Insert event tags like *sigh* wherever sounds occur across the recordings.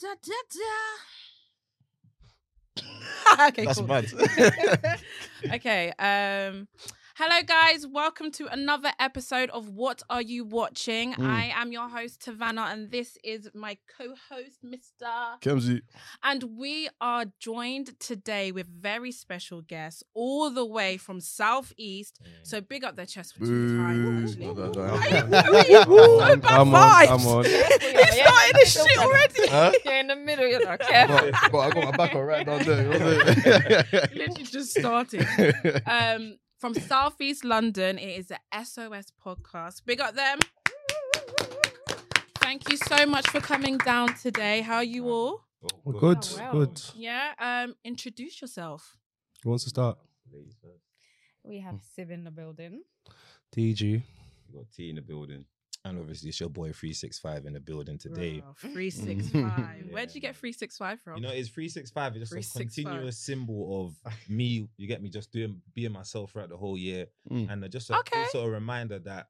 Da, da, da. *laughs* okay, That's cool. mad. okay. Um, hello, guys. Welcome to another episode of What Are You Watching? Mm. I am your host, Tavanna, and this is my co host, Mr. Kemsy. And we are joined today with very special guests all the way from Southeast. So big up their chest for two times, actually. Hmm. Boo. So bad Come on, vibes. come on. He started this shit already. Huh? You're in the middle, you're not but, careful. but I got my back on right now, there. you know what I'm He literally just started. saying? *laughs* Um, from Southeast London, it is the SOS podcast. Big up them. Thank you so much for coming down today. How are you all? We're good, Oh, wow. good. Yeah. Um, introduce yourself. Who wants to start? We have Sib in the building. DG. You got T in the building. And obviously, it's your boy 365 in the building today. *laughs* Three six five. Where'd you Yeah. get three six five from? You *laughs* know, it's 365. It's just a 365. continuous symbol of me, you get me, just doing being myself throughout the whole year. Mm. And uh, just a, Okay. also a reminder that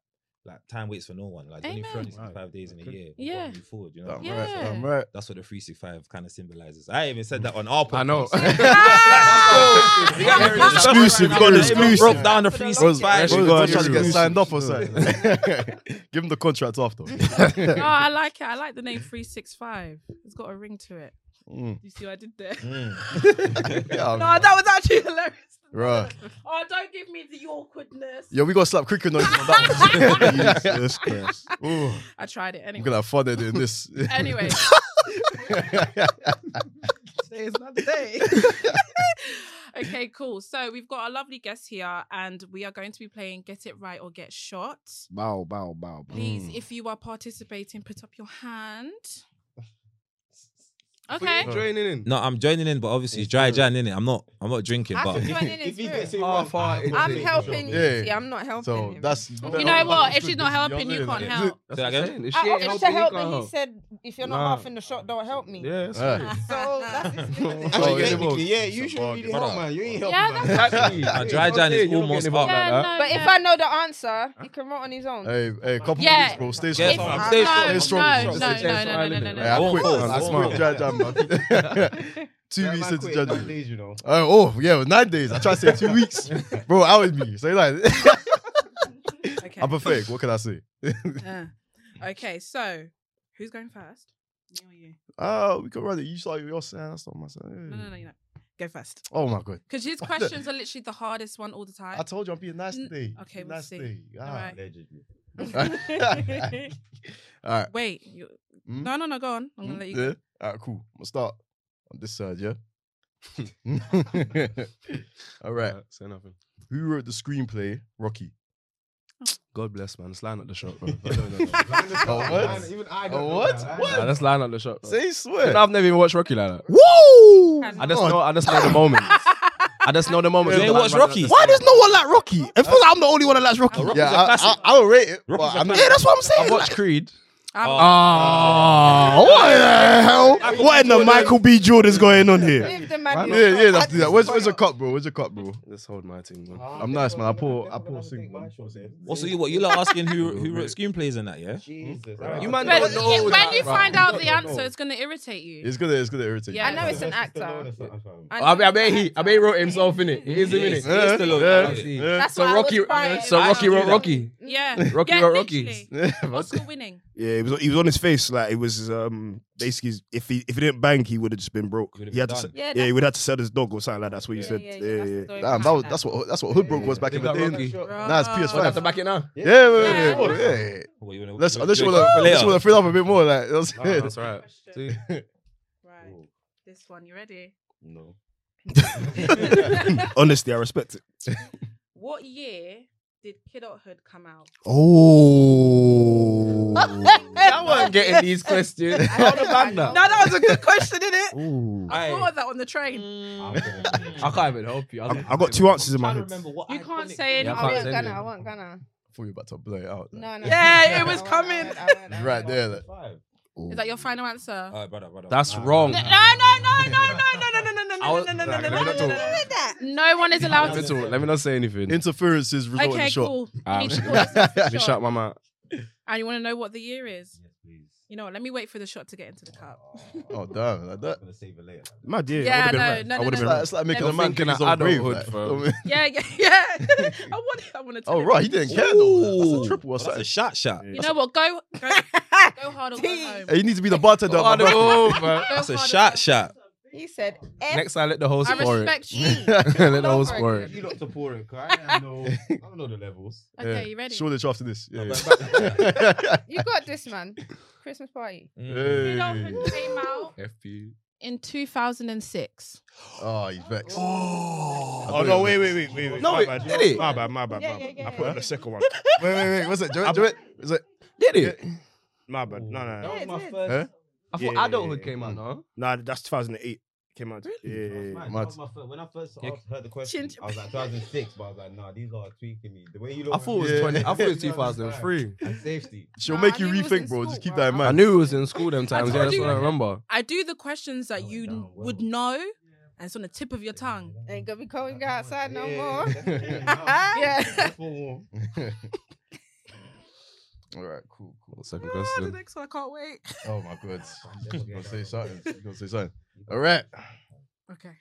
like time waits for no one. Like only Amen. 365 days in a Okay. year. we've Yeah. gotta Move forward, you know? I'm Yeah. right. um, I'm right. That's what the 365 kind of symbolizes. I even said that on our podcast. *laughs* I *laughs* *laughs* know. You got me? Exclusive, Right now, got they even exclusive. Broke down the For the longest Was, was, 365. Actually, was got trying to get you. signed up or something. *laughs* Give him the contract after. no, Oh, I like it. I like the name three six five. It's got a ring to it. Mm. You see what I did there? Mm. *laughs* Yeah, No, that was actually hilarious. right. Oh, don't give me the awkwardness. Yo, we got to slap cricket noises on that. *laughs* one. Jesus Christ. Ooh, I tried it we're anyway. gonna have fun editing this. *laughs* Anyway. Today is not the *laughs* day. okay, cool. So we've got a lovely guest here, and we are going to be playing Get It Right or Get Shot. Bow, bow, bow. bow. Please, Mm. if you are participating, put up your hand. But Okay. you're joining in. No, I'm joining in, but obviously it's It's dry true. Jan, innit? I'm not I'm not drinking, I but *laughs* can *laughs* join in in If he gets spirit. it Half wrong, hearted. I'll I'm take it. helping you. Yeah. See, I'm not helping so him. that's. You *laughs* know what? If she's not helping, you can't help. Say that again? If I she ain't offered to helping, you help, can't and he help. said, if you're not Nah. half in the shot, don't help me. Yeah, that's Yeah. good. *laughs* So *laughs* that's his business. Oh, Actually, yeah. technically, yeah, you It's a should bargain. really help, Brother. man. You ain't Yeah, helping, man. that's- Exactly. *laughs* A dry It's jan okay, is you're not almost getting involved up. like Yeah, that. no, But if yeah. I know the answer, he can write on his own. *laughs* *laughs* Hey, hey, couple Yeah. minutes, bro. Stay Yeah, strong. fam. man. Stay no, strong. Stay strong. No, Just no, stay no, no, no, strong. no, no, Hey, I no. won't quit. fall. man. I That's won't my judge, man. *laughs* Two That weeks man into quit judgment. nowadays, you know. Uh, oh yeah, it was nine days. I tried to say two *laughs* weeks, bro. Out with me. Say like, *laughs* Okay. I'm pathetic. What can I say? Uh, okay, so who's going first? You or you? Oh, we could run it. You saw your sign. I saw my No, no, sign. no, you know. Go first. Oh my god! Because *laughs* his questions are literally the hardest one all the time. I told you I'm being nice N- today. okay, Being we'll nice see. today. Ah. Alright. Allegedly. *laughs* All *laughs* right. Wait. You... Hmm? No, no, no, go on. I'm going to let you Yeah. All right. Cool. I'm gonna start on this side. *laughs* Yeah. *laughs* All right. Alright, Say nothing. Who wrote the screenplay? Rocky. God bless, man. It's lying at the shop, bro. Oh, what? Even I Oh, don't know what? that. What? Nah, that's lying at the shop. bro. Say you And swear. I've never even watched Rocky like that. Woo! I just know. I just know the moment. I just know the moment. You ain't watched Rocky? Why does no one like Rocky? I feel like I'm the only one that likes Rocky. Rocky's yeah, a I- classic. I, I, would rate it. but Rocky's a I'm- yeah, classic. that's what I'm I saying. watched like- Creed. Oh. I'm- Oh. Ah, what the hell? Michael what B. in the Jordan. Michael B. Jordan's going on here? Leave the Why man. Yeah, yeah, that's that. Where's, where's your cup, bro? Where's your cup, bro? Let's hold my team, man. I'm nice, man. I pour, I pour single. man. Also, you what you like asking who who wrote screenplays and that, yeah? Jesus. You But man don't you- know when that, you bro. find out No, the no, answer, no. it's gonna irritate you. It's gonna, it's gonna irritate. you. Yeah. I know it's an actor. I bet, I bet he, I bet he wrote himself in it. He is in He is. it. Yeah, It's the low- yeah, See. yeah. That's So why I was Rocky, uh, quiet. so I Rocky knew wrote that. Rocky. Yeah. *laughs* Rocky yeah, wrote Rocky. *laughs* literally. Yeah, but- Oscar winning. Yeah, he was he was on his face like it was um basically his- if he if he didn't bank he would have just been broke. He would've He had to been se- done. Yeah, yeah he that's- would have to sell his dog or something like that's what yeah, you said. yeah, Yeah, yeah, yeah, that's the story Damn, that behind was that's what that's what Hoodbrook was back in the Big day. up innit? Rocky. Nah, it's PS5. What, have to back it now? Yeah, yeah, yeah, Yeah. yeah, yeah. What, you wanna- Let's you- unless you you- wanna unless you later. wanna fill up a bit more, like that's Nah, it. *laughs* that's right. See? Right. Oh, This one, you ready? No. *laughs* Honestly, I respect it. What year did Kidulthood come out? Oh, I wasn't getting these *laughs* questions. I would have done that. that was a good question, isn't *laughs* it? I Aye. thought of that on the train. I can't even help you. I I, I *laughs* got two answers in my Trying to head. remember what You can't iconic- say anything. Yeah, I I can't wasn't send gonna. I it. wasn't gonna. Thought you were about to blow it out. like. No, no. Yeah, it I was won't, I coming. won't, I won't, I Right won't. there, like. Is that your final answer? Uh, Alright, brother, brother. That's Nah, wrong. no, nah, no, nah. *laughs* no, no, no, no, no, no, no, I was- no, no, no, nah, no, no, no, no, let me not no, talk. no. Look at that. No one is allowed Let me, to. talk. Let me not say anything. Interferences result in Okay, a shot. cool. You *laughs* Ah, need to shit. call yourself a Let me shot. shut my mouth. And you want to know what the year is? Yes, please. You know what? Let me wait for the shot to get into the cup. Oh damn, like that. I'm gonna save it later. like that. My dear, Yeah, I would've no, been right. no, I no, would've no. been It's like making a Never man thinking think he's of on grave, adulthood, like, bro. you know what I mean? Yeah, *laughs* yeah, yeah. I want, I want to. Tell *laughs* Oh him. right, he didn't care though. That's Ooh. a triple or Well, that's something. a shot shot. You know what? Go, go, go hard or go Tea. home. Hey, you need to be the bartender. at my *laughs* Oh, man. Go That's a hard or shot go shot. home. *laughs* He said, F Next time, let *laughs* the host I pour it. respect you. let the All host over pour again. it. You lot to pour it, 'cause I don't know. I don't know the levels. Yeah. Okay, you ready? Show after this. Yeah. *laughs* you got this, man. Christmas party. *laughs* Mm. Who yeah. Dolphin Hey. came out *laughs* FP. in 2006. Oh, he's vexed. Oh, I no, thought wait, it was- wait, wait, wait, wait. No, my it bad. did it. My bad, my bad, Yeah, my yeah, bad. yeah, I put yeah. on the second one. Wait, wait, wait. What's it? Do I'm- it? Do it? Is it? Did it? My bad. No, no, That no. was Yeah, my it is. first. I Yeah, thought yeah, adulthood yeah. came out, no? Nah, that's 2008. Came out. That was Yeah, yeah, mine. yeah. That Mad. was my first. When I first Yeah. asked her the question, Chin- I was like 2006, but I was like, nah, these are tweaking me. The way you look. I thought it was Yeah. 20. I thought it was Yeah. 2003. And safety. She'll Nah, I make you knew he was in rethink, bro. school, Just keep bro. that in I mind. knew it was in school them times. told Yeah, that's you. what I remember. I do the questions that Going you down well. would know, and it's on the tip of your tongue. Ain't gonna be cold outside no Yeah, more. *laughs* *laughs* definitely not. yeah. That's all. All right, cool, cool. Second Ah, the question. next one, I can't wait. Oh my god, you gonna say something? You gonna say something? All right. Okay.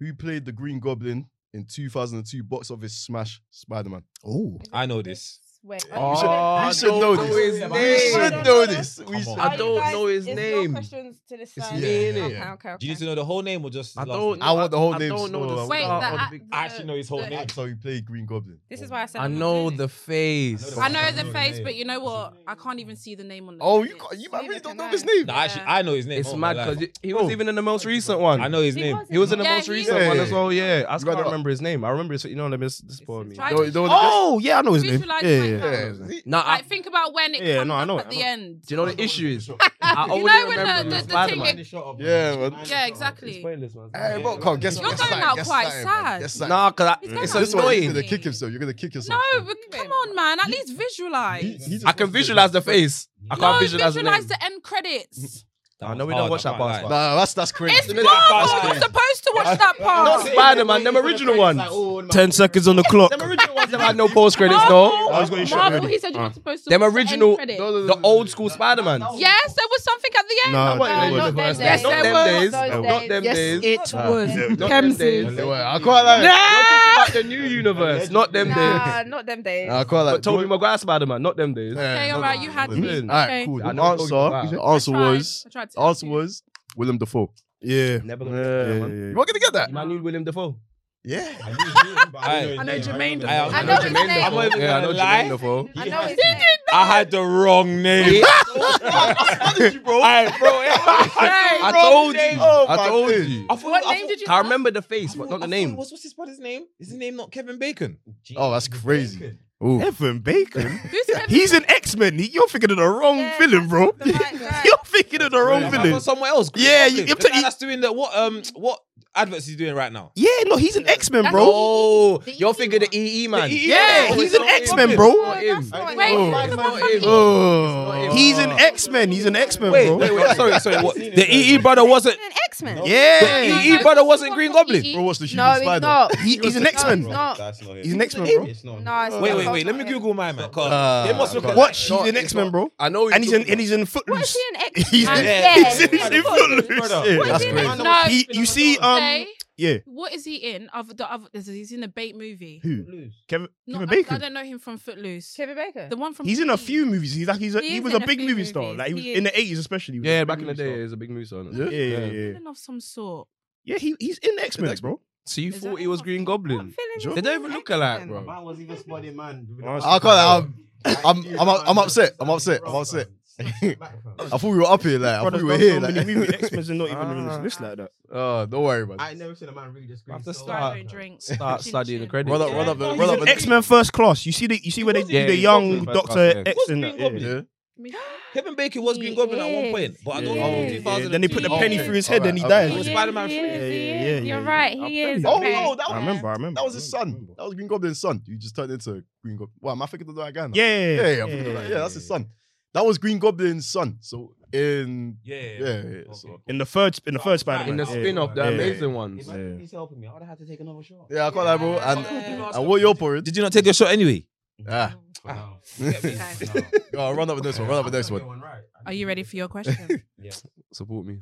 Who played the Green Goblin in 2002 box office smash Spider-Man? Oh, I know this. Wait. should- Oh, we should I know don't this. know We his We should name. should know this. Come We should. on. I don't guys, know his it's name. No questions to this It's side. me, Yeah, innit? Okay, okay, okay. Do you need to know the whole name or just? I last don't. name? I want the whole I name, don't know so the Oh, I want Wait, star the or the act- big- I actually know his whole the- name. That's how he played Green Goblin. This is why I said I I'm not know doing the it. face. I I know don't the know face, name. but you know what? I can't even see the name on the. Oh, you it's- can't, you might Neither really don't can know his I. name. Nah, I actually, I know his name. It's oh, mad my life. because he was Oh. even in the most recent one. I know his He name. was He was in the Yeah, most he recent was. one as well. Yeah, I You just got can't it. remember his name. I remember his. You know, let me. This is for me. Try You don't- to- you don't- Oh, yeah, I know his name. Visualize Yeah, right yeah. now. Yeah. See? No, I, Like, think about when it Yeah, comes no, I know up it, at I the know it. end. do you know the issue is? I only You know when remember the- the- the Spider Man. thing- Yeah, Oh, man. Yeah, exactly. Spoilers, man. Hey, bro, come on, guess You're going guess something, out guess quite something, sad. man, guess something. Nah, cause I, He's going it's out This one, you're annoying. gonna kick himself. You're gonna kick No, yourself. but come on, man. At least visualize. He just I can wants to- visualize the face. I No, can't visualize, visualize the name. the end credits. I know we don't watch that part. Nah, that's that's It's crazy. Marvel. You're supposed to watch that Not part. Spider-Man, them original ones. Ten seconds on the clock. Them original ones never had no post credits, no. Marvel, I was gonna show Marvel, you. he said you're Uh. not supposed to. Them watch the end original- credits. No, no, no, The no, old no. school Spider-Man. Yes, there was something at the end. Nah, Not that No, was not the them first days. Yes, Not there them was. days. Those Not days. them days. It Nah. was. them Not Kemsy. days. Yeah, well, I quite like. it. Not talking about the new universe. Not them days. Nah, not them days. I quite like. But Tobey Maguire Spider-Man. Not them days. Okay, all right, you had Hmm? me. All right, Okay. cool. The I know what you're talking answer, the about. answer I tried. was, I tried to help answer you. was William Dafoe. Yeah. Never Yeah, gonna get that, yeah, man. yeah. You not gonna get that? Man, need William Dafoe. Yeah. I I know Jermaine I does. am- I know know his his name. name. I'm not even Yeah, I gonna know lie. Jermaine Dafoe. I know his name. I had the wrong name. bro. I, bro, I told you. Oh, I my told days. you. I thought, What I name thought- did you? I remember the face, I but thought- not I the thought- name. What's, what's his brother's name? Is his name not Kevin Bacon? Oh, that's crazy. Ooh. Kevin *laughs* Bacon. Who's *laughs* Kevin? Oh. He's an X Men. You're thinking of the wrong Yeah, villain, bro. *laughs* the right guy. You're thinking of the wrong Yeah, villain. Someone else. Yeah, you- The I'm telling guy you- That's doing the what? Um, what adverts he's doing right now? Yeah, no, he's an X Men, That's bro. Oh, The E you're EE thinking the EE man. The EE Yeah, Oh, it's he's an not him. X Men, No, bro. that's not him. Wait, Oh. who's the one It's from- not him. Oh, he's an X Men. He's an X Men, Wait, bro. wait, wait. Sorry, sorry. What? He's seen The it, EE brother wasn't. An X Men. *laughs* Yeah, No, EE no, brother who's wasn't the Green one from Goblin. EE? Bro, what's the No, human he's spider? not. he, he's an X No, Men. it's not. That's not him. He's an X Men, him. bro. It's not. him. No, it's Wait, not. wait, wait. Let me Google my man. Cause Uh, they must look okay. at Watch, No, he's an it's X Men, not. bro. I know. And he's in and he's in What is Footloose. he an X? He's Man? in- Yeah. he's in- Yeah. he's in Footloose. Brother. Yeah, What is that's he in? crazy. No, No. He, you see, um, say, yeah, what is he in? Of the other, he's in a Bait movie. who? Kevin, No, Kevin I- I, Bacon. don't know him from Footloose. Kevin Baker. The one from He's in a Footloose. few movies. He's like he's a, He he is was in a a big few movie star. movies. Like he was He in is. the eighties, especially. he was a Yeah, big back in the movie day, star. it's a big movie star. Yeah. Yeah, yeah, yeah. Villain of some sort. Yeah, he, he's in X Men, X-Men. bro. So you Is thought that he was him? Green Goblin? Feeling They don't is even look X-Men. alike, bro. was even spotting man. I can't. I'm, I'm, I'm, I'm upset. I'm upset. I'm upset. I thought we were up here, like I thought we were here. Like. X Men's not even on Ah. this list like that. *laughs* oh, don't worry, man. I ain't never seen a man read the screen. Have to so Sorry, I start- hard. don't drink. Start Chin studying the chin. credits. Run up, run up, the- run up. the- X Men First Class. You see the you see where they do Yeah, the he's young Goblin first class, Doctor yeah. X What's in Green that. Goblin? yeah. Yeah. Me- Kevin Bacon was Green He Goblin at one is. point, but I don't Yeah. know. Yeah. 2002. Then they put the Okay. penny through his head Alright, and he okay. dies. He was Yeah, Spider-Man he three. is, he Yeah, is. yeah, yeah, You're yeah. right. I'm He telling is. you. Oh okay. no, that I was remember, I remember. that was his son. That was Green Goblin's son. You just turned into Green Goblin. Wow, am I thinking of the right guy now? Yeah, yeah, yeah, I'm thinking of the right- yeah, That's his son. That was Green Goblin's son. So in Yeah, yeah, yeah, so. In the third, in the first Spider-Man. In the yeah. spin-off, the Yeah. amazing ones. Imagine if he's helping me. I would have had to take another shot. yeah, I can't lie, bro. And Yeah. and what you're for it? Did you not take your shot anyway? Ah, Wow. *laughs* go on, run up with this one. Run up with this one. *gasps* Are you ready for your question? Support me.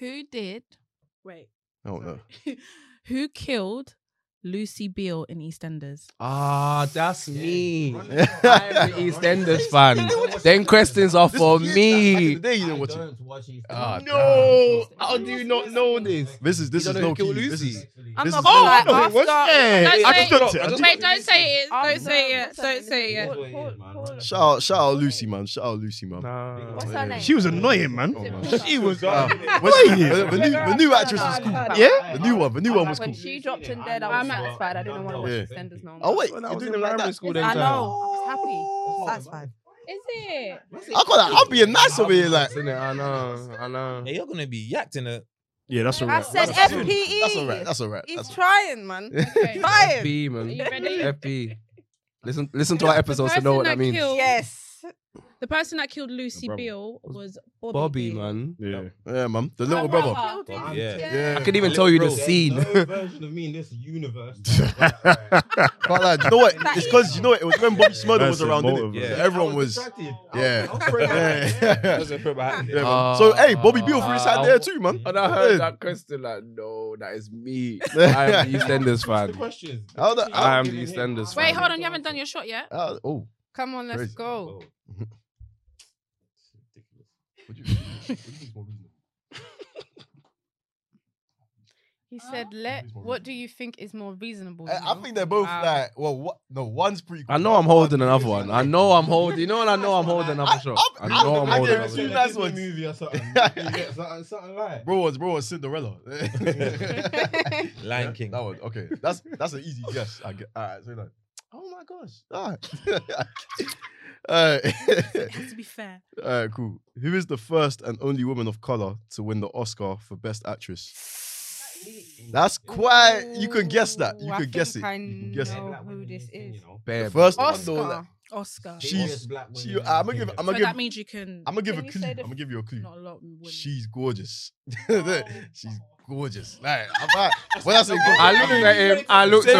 Who did? Wait. I don't know. *laughs* Who killed Lucy Beale in EastEnders? Ah, that's *laughs* me. I'm this an EastEnders fan. Them questions are for was years back in me. the day, you didn't watch it. Ah, No, how do you not know this? This is this You is no don't know who key. killed This Lucy? is I'm This not is- gonna Oh, lie. I know it After, was- Yeah, Don't I say just looked it. at it, I just- Wait, don't say it. Don't say it. Don't say *laughs* it. shout out, shout out Lucy, man. Shout out Lucy, man. What's Yeah. her name? She was annoying, man. Oh, man. She was. Ah. Wait, The, the new, the new actress was cool. Yeah? The new one, the new one was when cool. she dropped in dead, I was I'm at- satisfied. I didn't want to watch Yeah. EastEnders no more. Oh wait, When I you're was doing them in like primary that. school, then I time. Oh, know. I was happy. Satisfied. Is it? I call that. I'm being nice over here, like. Innit? I know, I know. Yeah, you're gonna be yacked in a. Yeah, that's all I right. said That's- FPE. That's alright. That's alright. He's That's alright. trying, man. Okay. Trying. FB, Are man. you ready? FB. Listen, listen to our The episodes to person know what that means. killed- Yes. The person that killed Lucy brother. Beale was Bobby. Bobby, Beale. man. Yeah. Yeah, man. The little brother. Yeah. Yeah. I can even tell you the scene. No version of me in this universe. That *laughs* But like, you know what? It's because you know what? It was when Bobby Smurder was That's around. innit? emotive, Yeah. So man. everyone was. Yeah. *laughs* Yeah. Doesn't put my *laughs* *laughs* hand Yeah, in. man. Uh, so hey, Bobby Beale for his hand uh, there too, man. *laughs* And I heard Yeah. that question, like, no, that is me. I am the EastEnders fan. questions. How the- I am the EastEnders Wait, fan. hold on. You haven't done your shot *laughs* yet. how- Oh, Come on, let's Crazy. go. He said, "Let. What do you think is more reasonable?" I, I you know? think they're both Wow. like. Well, what? No, one's pretty. Cool. I know I'm holding another one. I know I'm holding. You know what? I know I'm holding another shot. I know I'm I holding gave another two shot. nice *laughs* ones. Movie or something. You get something, *laughs* something like. Bro was bro was Cinderella. *laughs* that Lion King. one. Okay, that's that's an easy guess. I get. All right, so like, oh my gosh. All right. *laughs* all It right. *laughs* has to be fair. all right. Cool. Who is the first and only woman of color to win the Oscar for Best Actress? That's quite. You could guess that. You Ooh, I could guess it. think I You could guess it. know who this is. *laughs* Bare- First one though. Oscar. Oscar. She- She, I'm gonna give. I'm so gonna give. that means you can. I'm gonna give Can a you clue. say I'm the- gonna give you a clue. not a lot of women. She's gorgeous. *laughs* Oh. She's gorgeous. Like, I'm *laughs* like when I say gorgeous, I looked at him. I looked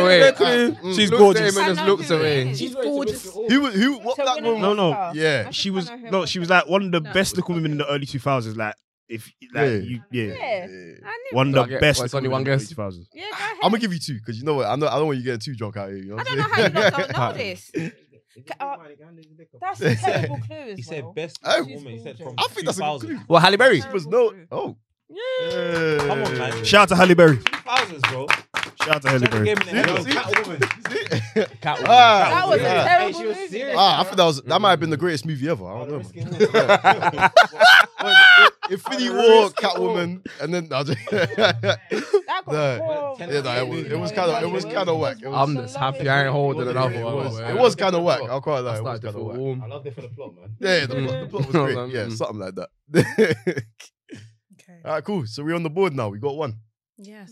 away. She's Looked at gorgeous. him and I just know looked who it away. is. She's gorgeous. Who was who? What So that winning woman? No, no. Oscar. Yeah. I She think I was know who no. it She was like one of the No. best looking women in the early 2000s. Like if like Yeah. you yeah. Yeah, Yeah. I knew. One of So the I get- best. well, it's looking only women one in guess. the 2000s. Yeah, go *laughs* ahead. I'm gonna give you two because you know what? I know I don't want you getting too drunk out here. You I know what don't I'm know how you saying? lot don't know this. Uh, uh, That's a terrible clue. As He said well. best Oh. woman. He said from *laughs* I think that's a good 2000. clue. Well, Halle Berry. She was no. Oh. Yeah. Come on, man. Shout out to Halle Berry. 2000s, bro. Shout out to Halle *laughs* Berry. That was a terrible she was movie. serious. Ah, I think that was that might have been the greatest movie ever. I don't know. Oh, man. *laughs* Infinity War, Catwoman, and then I just- *laughs* That got No. horrible. Yeah, yeah, no, it was it was kind of it was kind of whack. It was- I'm just happy I ain't holding it another one. was, man. it was kind of whack. I can't lie. I It was started kind to of feel whack. warm. I love it for the plot, man. Yeah, the plot, the *laughs* plot was Mm. great. Yeah, Mm. something like that. *laughs* Okay. All right, cool. So we're on the board now. We got one. Yes.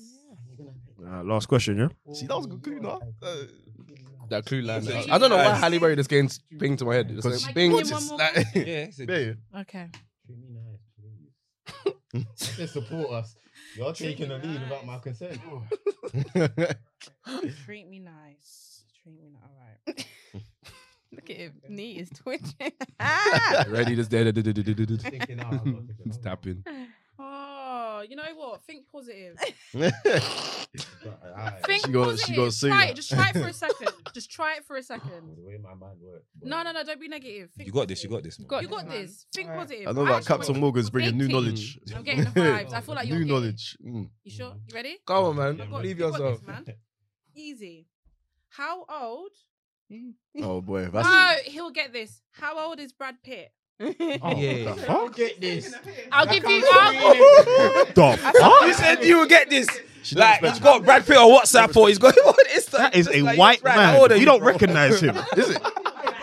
Uh, last question, yeah. See, that was a good clue, no? Uh, That clue line. Yeah, I don't know why yeah. Halle Berry just came ping to my head. Just Because like, she's bing. gorgeous. just more like- yeah, Yeah, he said- yeah. Okay. *laughs* Just support us. You're taking the lead without my consent. *laughs* Treat me nice. Treat me nice. All right. Look at him. Knee *laughs* is twitching. Ready, just there. there, there, there, there, there. Thinking, oh, I've got to think Just about it. tapping. Oh, you know what? Think positive. But, alright, Think She gonna- positive. she gonna say try that. it. Just try it for *laughs* a second. Just try it for a second. the way my mind works, but- No, no, no. Don't be negative. Think You got this. You positive. got this. man. got You got this, man. this. Think Alright. positive. I know that actually want Captain you- Morgan's bringing new Dating. knowledge. I'm getting the *laughs* vibes. I feel like you're New getting it. knowledge. Mm. You sure? You ready? Go on, man. Yeah, I've got- Believe you got yourself. this, man. Easy. How old? Oh boy, that's No, Uh, he'll get this. How old is Brad Pitt? Yeah. Get this. I'll give you. The Huh? You said you would get this. She didn't Like expect he's got Brad Pitt on WhatsApp or he's got *laughs* him on Insta. That is Just a like, white Brad, man. how old are you you, don't bro? recognize him. is it?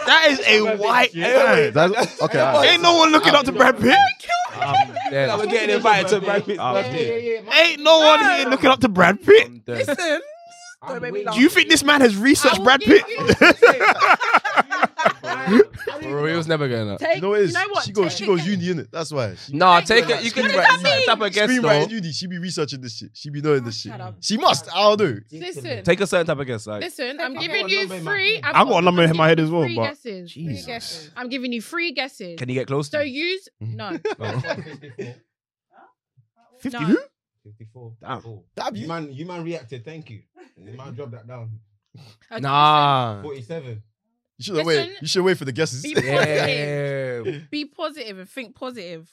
that is a white man. That's, okay, all right. Ain't no one looking up to Brad Pitt. I'm Like, Yeah. we're getting invited to Brad Pitt's Ah, birthday. Ain't no one here looking up to Brad *laughs* Pitt. Listen. Don't make me laugh. Do you think this man has I *laughs* researched will Brad give Pitt? you- Bro, he was never getting that. Take, You know what it is? You know what? She goes, Take she it goes again. uni, innit? That's why. She, Nah, Take take it. it. You What can does that type up a guess screenwriting though. uni. She be researching this shit. She be knowing this shit. Shut up. She must. I don't know. Listen, Take a certain type of guess. Like, listen. I'm I've giving got a you number in my three. head. I've I've got a number I'm in my head as giving you well, Three but- guesses. Three Jesus. guesses. I'm giving you three guesses. can you get close? Oh. So use Mm-hmm. no. *laughs* Fifty No. who? 54. Damn. Cool. That'd be- You man, you man reacted. Thank you. You man dropped that down. Okay, Nah. 47. You should wait. Listen. You should wait for the guesses. *laughs* Be Yeah. listen, Be positive and think positive.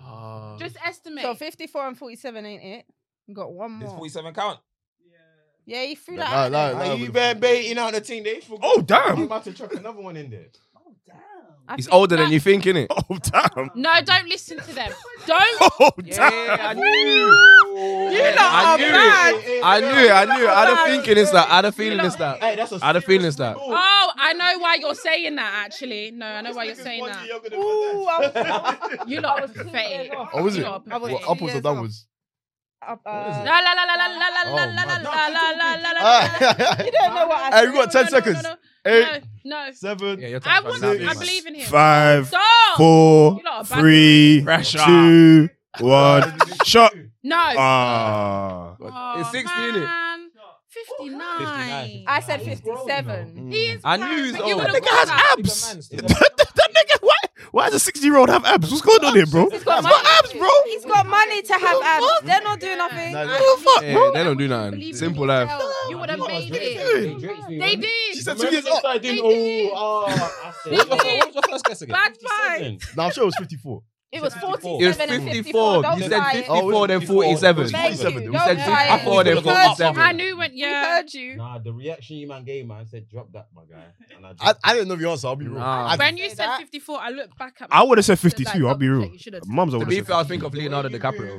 Ah. Just estimate. So 54 and 47 ain't it? You got one This more. 47 count. Yeah, he threw that. Nah, out nah, there. nah, you but- been baiting out the team. They forgot. Oh I'm damn! about to chuck another one in there. *laughs* I He's think older than you think, innit? Oh *laughs* damn! no, don't listen to them. Don't. *laughs* Oh damn! Yeah, I knew. You lot I are knew mad. it. I knew it. I knew it. I had a thinking it's that. I had a feeling it's that. Hey, that's a I had a feeling serious it's that. ball. Oh, I know why you're saying that. Actually, no, I know why you're saying that. Ooh, I *laughs* was- I You lot are was two years pathetic. off. Oh, was it? You lot are I was pathetic. What, two upwards or years downwards? off. Uh, What is it? La la la la la la la la la la Oh, man. la la la la *laughs* la. la. Ah. You don't know what I Hey, said. we got No, 10 no, seconds. No, no, no, Eight, no. seven. Yeah, you're I talking about wouldn't. now, I man. believe in him. Five, Stop. four, You lot are bad. three, Pressure. *laughs* two, one. Uh, *laughs* Shot. No. Oh, Ah. It's 60, innit? man. 59. I said 57. Mm. He is I fat, knew he was but you old. would've That nigga has got that. abs. *laughs* Nigga, why? Why does a sixty-year-old have abs? What's going on here, bro? He's got, money. abs, bro. He's got money to have abs. They're not doing nothing. Nah, I the fuck, believe bro? in They don't do you. nothing. Believe in Simple yourself. life. You would have made it. Drake. They did. She said two years up. They Starting, did. oh, uh, oh, I said, They What did. was your first guess again? Bad 57. Nah, I'm sure it was 54. It was 47 It was and 54. 54. Don't You said lie. Oh, it 54, was 54. then 47. Thank you. 47. Don't You said lie. 54, then We heard you. 47. I knew when. We Yeah. heard you. Nah, the reaction you man gave, man, said drop that, my guy. And I, I, dropped I didn't know the answer. I'll be real. Nah. I, When you said that. 54, I looked back at. I would have said myself and fifty-two. I'll be "Double real. check, You should have. Mums, I To would be have fair, I said. think of Leonardo DiCaprio.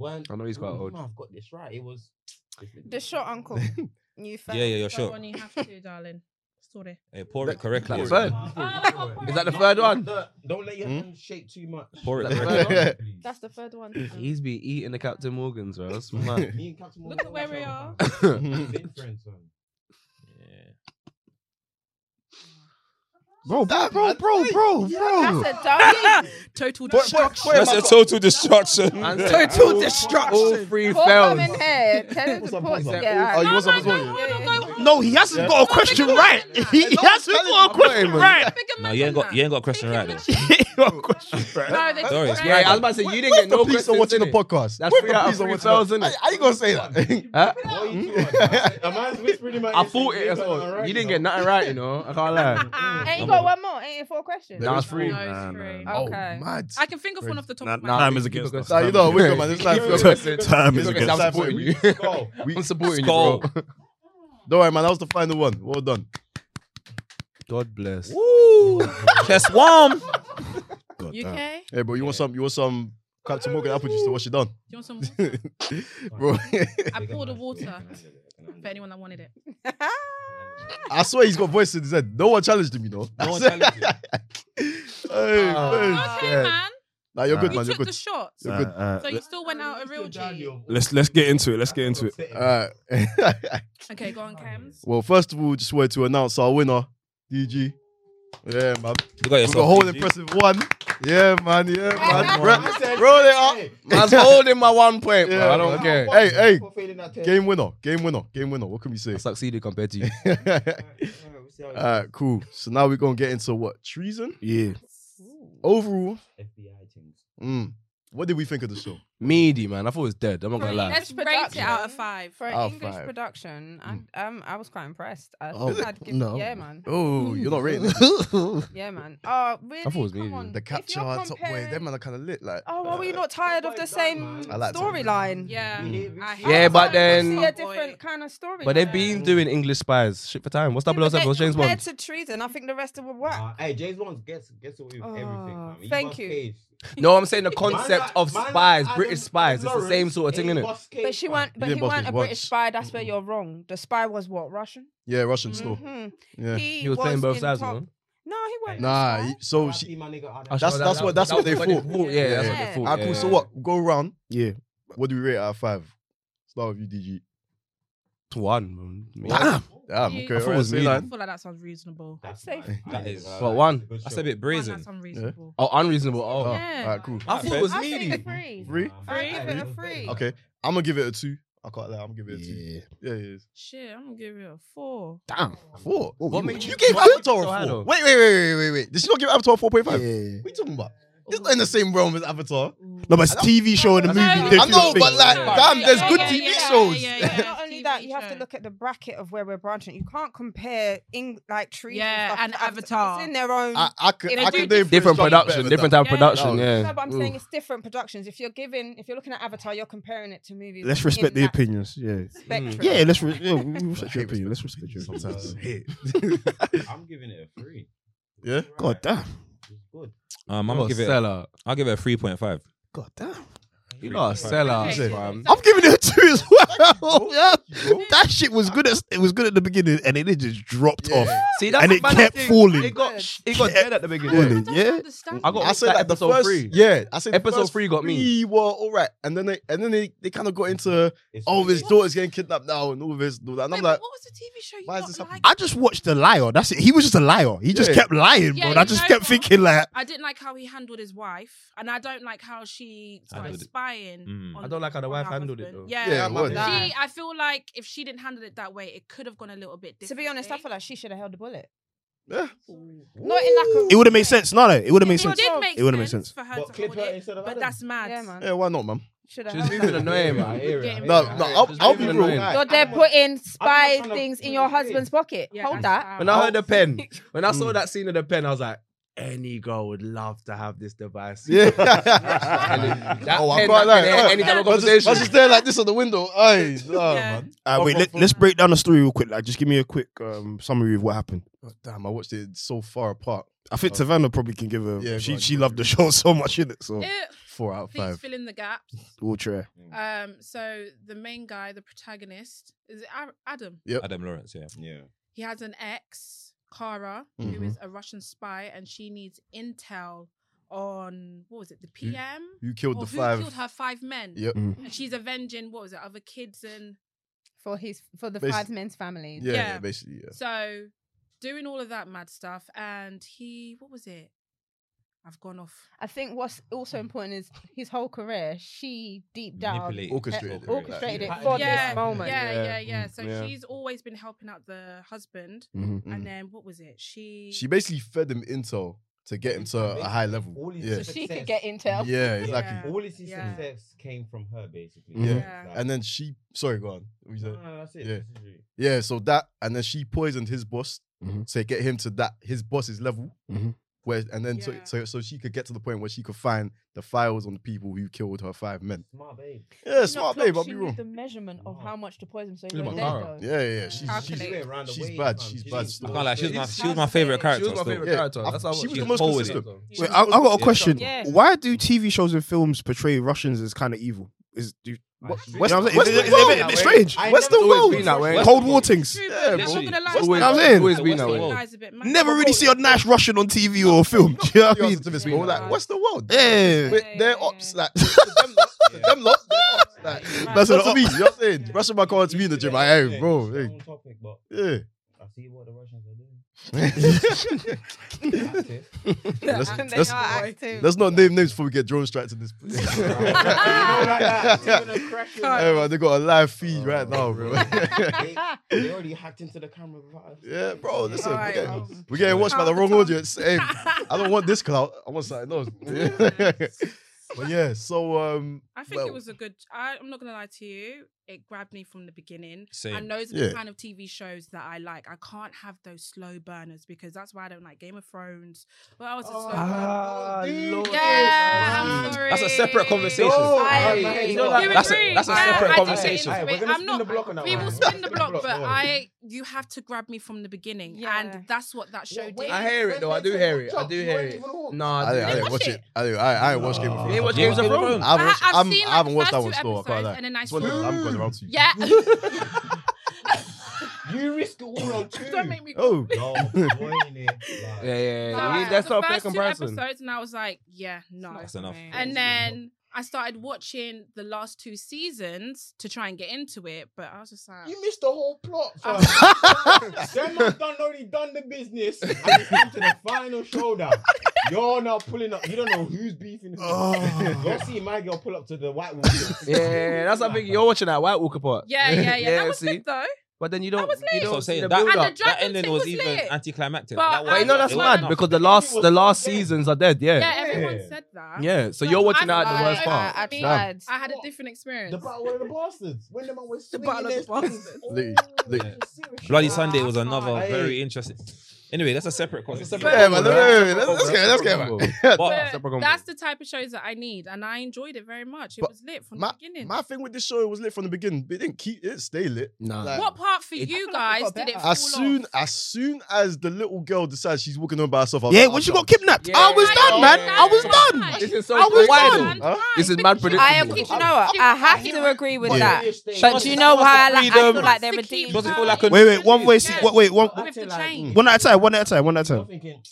it. I know he's quite When- old. I've got this right. It was. The short uncle. You Yeah, yeah, you're sure. you have *laughs* to, darling. Sorry. Hey, pour it correctly. Is that the uh, Ah. Is that the third one? Don't let your Hmm? hand shake too much. Pour it That's correctly. right. Please. That's the third one. He's be eating the Captain Morgans, bro. *laughs* That's Me and Captain Look at where we are. We've been friends, son. *laughs* Bro, bro, bro, bro, bro, bro. That's a dummy. Total But- but- destruction. where am That's I a got- total destruction. And total destruction. All three Poor fails. woman here. Tell him to put Except together. Oh, you want No, some man, as well? no, yeah? we're not going- No, he hasn't got a question right. He he hasn't got a question right. *laughs* Bigger No, man you than ain't got that. you ain't got a question right then. Thinking He ain't got a question right. No, they Sorry, did it's great. Yeah, I was about to say, you didn't get no Please questions. don't watch the innit? podcast. That's Where's three the out of police three watching the fails, podcast? innit? How you gonna say that? Huh? What are you doing? A man's whispering in my Hmm? I ear saying, thought it "You as got well. right, You didn't know." get *laughs* nothing right, you know. I can't *laughs* lie. Ain't you got one more? Ain't it four questions? That was No, free. it's Nah, free. nah, *laughs* Oh, Okay. mad. I can think of one off the top of my nah, head. Time is keep against it us. Nah, you know, we go, man. This life. Yo, yo. Time is Look, against I'm us. supporting you. *laughs* Go. I'm supporting you, bro. Skull. Don't worry, man. That was the final one. Well done. God bless. Chest warm. God You damn. okay? Hey, bro, you want some? You want some Captain Morgan apple juice to wash it down, *laughs* Do you want some water? bro? I poured the *laughs* *laughs* water for anyone that wanted it. *laughs* Oh, I swear he's got voice in his head. No one challenged him, you know. No one challenged you. *laughs* hey, Ah. man. Okay, Yeah. man. Nah, you're good, You man. You're took the good. shots. You're good. Uh, So uh, you still went out a real G. Let's let's get into it. Let's get into it. All right. *laughs* Okay, go on, Cams. well, first of all, just wanted to announce our winner, DG. Yeah, man. You got We got a yourself. whole impressive one. Yeah, man. *laughs* Yeah, man. Bro, Roll it up. *laughs* Man's holding my one point, bro. Yeah, I don't man. care. Hey, hey. game winner. Game winner. Game winner. What can we say? *laughs* I succeeded compared to you. All right, cool. So now we're gonna get into what treason. Yeah. Overall, FBI things. mm, what did we think of the show? Meaty, man. I thought it was dead. I'm not gonna lie. Let's rate it out of five. For an Out of English five. production, I, um, I was quite impressed. I Oh, think I'd give, no. Yeah, man. Oh, you're not *laughs* rating. it. Yeah, man. Oh, really? thought it was Come medium. on. The If you're capture, top boys, comparing- them man are kind of lit. Like, uh, Oh, are we not tired of the same I like that. storyline? Yeah. Mm. I Yeah, hate that. but then- see a different kind of story. But they've been doing English spies. Shit for time. What's 007? What's James Compared Bond? to treason, I think the rest of them were whack. Uh, hey, James Bond gets gets away with everything. Oh, Man. He thank bust you. case. No, I'm saying *laughs* the concept Man of like- man spies, like British Adam spies. It's the same Lawrence, sort of thing, he innit? bust case, But she man. weren't. But didn't he bust weren't it a British once. spy. That's where you're wrong. The spy was what Russian. yeah, Russian Mm-hmm. still. Mhm. Yeah. He, He was playing both in sides, top- man. No, he wasn't. a Nah, spy. he- so R.I.P. she. my nigga Adam. Oh, That's- sure, that's what- that's that what they was thought. Yeah, that's Yeah. what they Ah, thought. cool. yeah. So what? Go round. Yeah. What do we rate out of five? Start with you, DG. to one. Man. Damn. Damn. You- Okay. I all thought right, it say I line. feel like that sounds reasonable. That's Safe. mad. That ain't is- gonna But lie. one, Good That's show. a bit Come on, brazen. That's unreasonable. Oh, unreasonable. Oh, Oh. Yeah. all right, cool. I thought it was meaty. free. Three? I'd give it a three. Okay. I'm gonna give it a two. I can't lie. I'm gonna give it a two. Yeah. Yeah, yeah. yeah. Shit, I'm gonna give it a four. Damn. Four. What What you- made what you, you- gave what you Avatar so a high four? though? Wait, wait, wait, wait, wait, wait. Did you not give Avatar a four point Yeah. five? What are you talking about? It's not in the same realm as Avatar. No, but it's a TV show and No, a movie. no, they're no, I two know, different but things. like, Yeah. damn, there's Yeah, good yeah, TV yeah, shows. yeah, Yeah, yeah. not only TV that, you have to show. look at the bracket of where we're branching. You can't compare Eng- like trees. Yeah, and, and stuff to Avatar. It's in their own. I, I could, They I do could name Different Prince Charming better production, than different that. type of Yeah. production. Yeah. no, but I'm Ooh. saying it's different productions. If you're giving, if you're looking at Avatar, you're comparing it to movies. Let's respect in the that opinions. Yeah. Mm. Spectrum. Yeah, let's re- yeah, we- we I respect hate your opinion. Let's respect your opinion. Sometimes. Hate. I'm giving it a three. Yeah? God damn. It's good. Um, I'm You're gonna a give it. sellout. I'll give it a three point five. God damn. You You're a sellout, Okay. fam. I'm giving it a two as well. *laughs* yeah. That shit was good at it was good at the beginning and then it just dropped off. See, And it another kept thing. falling. It got sh- it got dead at the I beginning. Really? don't Yeah. understand I got it. I said that the Oh, episode first, three. yeah. I said the Episode first three got me. Three were all right, and then they and then they, they kind of got into It's oh good. his daughter's getting kidnapped now and all this and all that, and Yeah, I'm but like what was the TV show you why is not this happening? liked? I just watched the liar. That's it. He was just a liar. He just Yeah. kept lying, Yeah, bro. And yeah, I just no, kept no. thinking like I didn't like how he handled his wife, and I don't like how she Handled started it. spying. Mm. on- I don't like how the on wife her handled it, husband. though. Yeah, yeah, it was. Nah. She, I feel like if she didn't handle it that way, it could have gone a little bit To different. be honest, I feel like she should have held the bullet. yeah. Not in like a. it would have made sense. No, no, it would have made it sense. Did make It would've made sense sense. for her What, to clip hold her it, instead of but Adam? that's mad. Yeah, man. yeah why not man Should have. She's held moving that. annoying, man. no no I'll, I'll be really real annoying. You're there putting spy things in your husband's pocket. Yeah, Hold that's that. bad. When I heard the pen, when I saw that scene of the pen, I was like, any girl would love to have this device. yeah *laughs* That oh I pen can't that can lie air any type of I was just, I was conversation. just there like this on the window Aye, nah, Yeah. oh, man. Uh, wait, let, us break down the story real quick. Like, just give me a quick um, summary of what happened. Oh, damn I watched it so far apart I think Savannah probably can give a. Yeah, she go on, she go loved the show *laughs* so much in it. So Eh, four out of please five fill in the gaps. we'll try. Um, so the main guy, the protagonist, is it Ar- Adam? Adam Lawrence, yeah. Yeah. He has an ex, Kara, who Mhm. is a Russian spy, and she needs intel on what was it, the Who- PM you killed or Oh, the who five killed her five men. Yep. Mm. And she's avenging what was it, other kids and For his for the Basi- five men's families. yeah, yeah Yeah. basically yeah so doing all of that mad stuff. And he, what was it? I've gone off. I think what's also important is his whole career. She deep down Manipulated. orchestrated Uh, it, like, orchestrated yeah. it for Yeah, this moment. Yeah, yeah, yeah. Yeah. So Mm, yeah. she's always been helping out the husband. Mhm. Mhm. And then what was it? She she basically fed him intel to get him to a high level All his yeah So she success- could get intel. yeah exactly Yeah. All his Yeah. success came from her, basically. Yeah. Yeah. and then she sorry go on What you No, said? no, no, that's it. Yeah. This is it. Yeah, so that and then she poisoned his boss Mhm. to get him to that his boss's level, Mhm. where and then so, Yeah. so so she could get to the point where she could find the files on the people who killed her five men. Smart babe. Yeah, Not smart clocked, babe, I'll she be knew wrong. The measurement of Oh. Wow. how much to poison. So She's you my were Cara. there *laughs* though. Yeah, yeah, she's she's, Calculate. around the she's way, bad, fam. she's She bad didn't still. I Oh, stop. can't lie, she was my, she was my How's favorite it? character. She was my favorite Yeah. character. I- That's how she was she the was most cold with it. consistent. Wait, I, I got a question. Yeah. Why do TV shows and films portray Russians as kind of evil? Is do you West- know what I'm saying? Western Is it- is it a bit- world. a bit strange? I Western never- world, been that way. Cold War things. True, Yeah, but not bro. gonna lie, What's sometimes I'm saying? Always been that the way. guy's a bit mad. Never really see a nice Russian on TV or a film. *laughs* Do you know what I mean? to this Yeah. bro, like what's the world? Yeah. But they're yeah, ops like *laughs* to them lot, to them lot, they're ops like that's That's what I an mean. You know what I'm saying? Yeah. Russian man can't be in the gym. I am, bro. It's hey, on topic, but Yeah. I see what the Russians *laughs* are doing. *laughs* Let's- And they let's- are active. *laughs* Let's not name names before we get drone strikes in this place. *laughs* Hey, man, they got a live feed right now, *laughs* bro. they, they already hacked into the camera without us. yeah, bro, listen, Alright, we're, well. getting, we're getting watched by the wrong audience. Hey, I *laughs* don't want this clout. I want something else. *laughs* *laughs* but yeah, so um, I think well, it was a good. I, I'm not gonna lie to you. It grabbed me from the beginning. Same. And those are Yeah. the kind of TV shows that I like. I can't have those slow burners because that's why I don't like Game of Thrones. What else is slow? Ah, burner? Ah, yeah, Oh, I'm sorry. That's a separate conversation. You That's a- agree? that's a I- separate I didn't conversation. get into Aye, it. we're gonna I'm spin not. the block on that we *laughs* one. will spin the block, Block, but no. I, you have to grab me from the beginning, Yeah. and that's what that show did. I hear it though. I do hear it. I do hear it. Nah, I I didn't, I didn't. didn't watch it. I didn't, I, I didn't watch Game of Thrones. You ain't watch Yeah. Games of Yeah. Thrones. I haven't I- watched, I've I'm, seen, I haven't like, watched the that one first two still. I can't episodes lie. and then I It's one of saw- those I'm going around to. Yeah. *laughs* You risk it all on two. Don't *laughs* make me. Oh, No, boy, innit? Like, Yeah, yeah, Nah, yeah. the That's not a fair first two comparison. episodes, and I was like, yeah, no. That's enough. And then I started watching the last two seasons to try and get into it, but I was just like, You missed the whole plot. I- fam. Them man done already done the business and it's come to the final showdown. You're now pulling up. You don't know who's beefing. who. Oh. You're seeing my girl pull up to the white woman. Yeah, that's how big you're watching that White Walker part. yeah, yeah, yeah. Yeah, that was see? good though. But then you don't. was you late. So don't I'm see saying the that, build build-up. up. And the that dragon ending thing was was even lit. anticlimactic. But That I But you know know that's it it was mad enough. because the last the last seasons are dead. Yeah, Yeah, everyone Yeah. said that. yeah. So But you're watching I'm that at the worst like- part. I- I I- tried. I had a different experience. The battle of the bastards. When the man was The swinging Battle of their the Bastards. things. Lee, Oh, Lee. serious Bloody shit. Sunday was another Aye. very interesting. Anyway, that's a separate conversation. Yeah, man, let's, let's get let's get Bro. back. But- But Separate convo. that's the type of shows that I need, and I enjoyed it very much. It But was lit from my- the beginning. My thing with this show it was lit from the beginning. but It didn't keep it didn't stay lit. Nah. Like, what part for It- you I feel like guys it got did it better. fall As soon off? as soon as the little girl decides she's walking home by herself, I was Yeah, like, when I'm she done. got kidnapped, Yeah. I was done, man. Yeah. I was done. Right. This is so I was wild. done. Huh? This is mad Because predictable. she- I she am- was you like- know what? she I was have like- to agree with Yeah. that. Serious thing. But do you know why I, like, I feel like they Just to keep redeemed Doesn't going feel like a- Wait, wait, one way, Yeah. wait, wait, one, with the chain. one at a time, one at a time, one at a I'm time. thinking,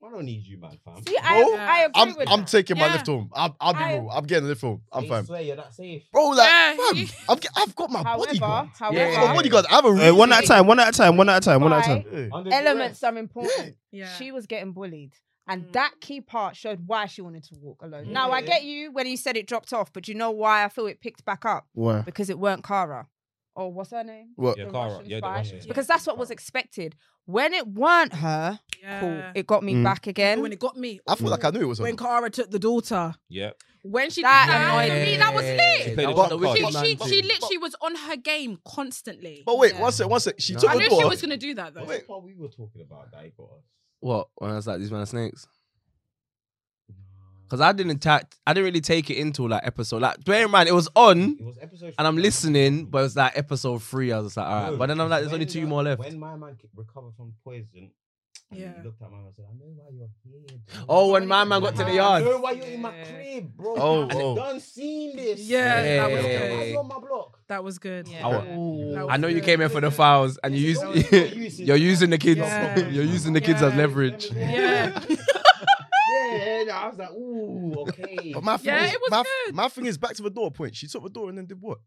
I don't need you, man, fam. See, I, Bro, I agree I'm with I'm that. taking my Yeah. lift home. I'm, I'll be I- real. I'm getting a lift home. I'm They fine, swear you're not safe. bro. Like, Yeah, fam, you- I'm get, I've got my However, bodyguard. however, Yeah. I've got my bodyguard. I have a Uh, reason. one at a time, one at a time, one at a time, one at a time. Yeah. Under elements duress. are important. Yeah. She was getting bullied. And Mm. that key part showed why she wanted to walk alone. Now I Yeah. get you when you said it dropped off, but you know why I feel it picked back up Wow. because it weren't Kara, or what's her name? What? Yeah, The Kara. Russian Yeah, the spy. Russian spy. Because that's what was expected. When it weren't her, cool. yeah. Uh, It got me Mm. back But again. when it got me, I feel like I knew it was. when Her. Kara took the daughter, Yeah. when she That did that, annoyed for me, me. that was lit. played That a was card. the She, wicked she, man she too. literally was on her game constantly. But wait, Yeah. one sec, one sec. She No. took I her knew she daughter. was gonna do that though. What's the part we were talking about that it got us? What? When I was like, these man snakes. Because I didn't ta- I didn't really take it into like episode. Like, bear in mind, it was on It was episode. and I'm three. listening, but it was like episode three. I was just like, all right. No, but then I'm like, there's when only two the- more left. When my man c- recovered from poison, and he Yeah. looked at my man and said, "I know why you're here." bro. Oh, when my man got to the yard. I know why you're in my Yeah. crib, bro. Oh, I oh. done seen this. Yeah, that was Look at good. why you're on my block. That was good. Yeah. Yeah. I That I was know you good. came in for the files and you It's use, *laughs* always your usage. you're using the kids. Yeah. *laughs* You're using the kids as Yeah. leverage. Yeah. *laughs* Yeah, and I was like, ooh, okay. But my thing Yeah, is, it was my, good. my thing is back to the door point. She took the door and then did what?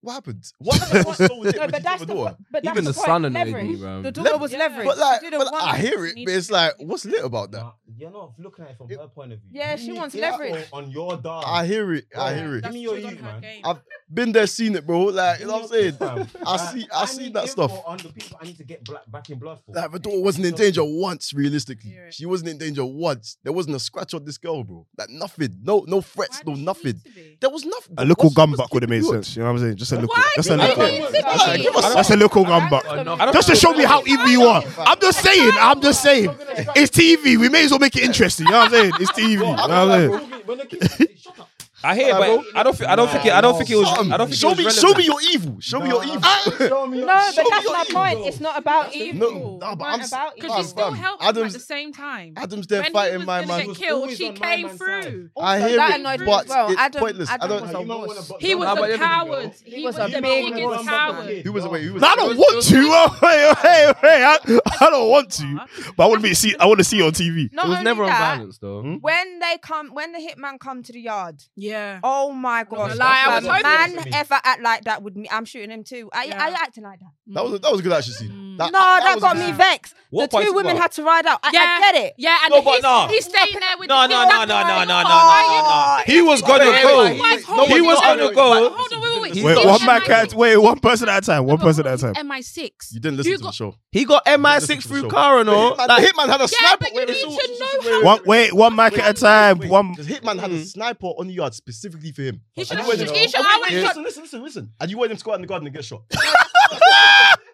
What happened? *laughs* What happened? What's wrong with it no, when she but took that's the the, door? po- but that's Even the point, sun annoyed leverage. me, bro. The daughter was Yeah. leverage. But She like, didn't but want I it. hear it, but it's like, what's lit about that? Nah, you're not looking at it from It- her point of view. Yeah, You she need wants info leverage. on your dog. I hear it. I Yeah. hear it. That's- me your youth, man. Been there, seen it, bro. Like, you know what I'm saying? Fam, I see- I see need that info stuff. On the people I need to get black, back in blood for. *laughs* Like, the daughter wasn't in *laughs* danger once, realistically. Hear it. She wasn't in danger once. There wasn't a scratch on this girl, bro. Like, nothing. No, no threats, no nothing. There was nothing. A local What's- gun what's buck would have made keeping you up? sense. You know what I'm saying? Just a local. Why Just a did local. you That's like, give us I don't- That's a local gun That's buck. the- I don't- Just to show me how evil you are. I'm just saying. I'm just saying. It's TV. We may as well make it interesting. You know what I'm saying? It's TV. You know what I'm saying? When the kids, shut *laughs* up. I hear, Nah, but I don't. thi- I don't think. It, I don't think it was. I don't Something. think Show it was me, relevant. show me your evil. Show me your Nah, evil. show No, me your- but Show me that's your my evil. point. It's not about That's the- evil. No, It's nah, but not I'm s- about Because evil. you still Fam, helped him at Adam's- the same time. Adam's there when he fighting was my gonna man. get was killed, always she on my came man's through. side. I Also, hear that it, annoyed me but as well. it's Adam- pointless. Adam I don't. was Nah, a you might wuss. wanna bu- He nah, was Nah, but a everything, coward. He was was a the big biggest one. coward. Who was away? Who was I don't want to. *laughs* Oh, hey, hey, hey, I, I don't want to. But I want to be see. I want to see it on TV. Not it was only never on that, violence though. When they come, when the hitman come to the yard, Yeah. oh my god! gonna lie, I was hoping man for me. ever act like that with me, I'm shooting him too. I, Yeah. I acting like that. That was that was a good action scene. Mm. That, no, that, was got good. me good. vexed. What the part two you women about? had to ride out. I, Yeah. I get it. Yeah, and No, he's, but nah. he's staying there with No, the no, kid. no, no, That's no, no, why- no, no, no, He was no. gonna Wait, go. wait, wait, wait. Wife, hold He on, was hold gonna on, go. wait, Hold on, wait, wait, wait. Wait, He's one man MI6. at wait one person at a time. One person at a time. MI6. You didn't listen You to the got- show. He got MI6 Listen to the through show. Kara, no? Hitman, Like, Hitman had a Yeah, sniper. but you Wait, need wait, wait, to know wait, how. One wait, one man at a time. One. Because Hitman had a sniper on the yard specifically for him. He And should you have. wanted him to- He should. I would Wait, have Listen, listen, listen, listen. And you wanted him to go out in the garden and get shot.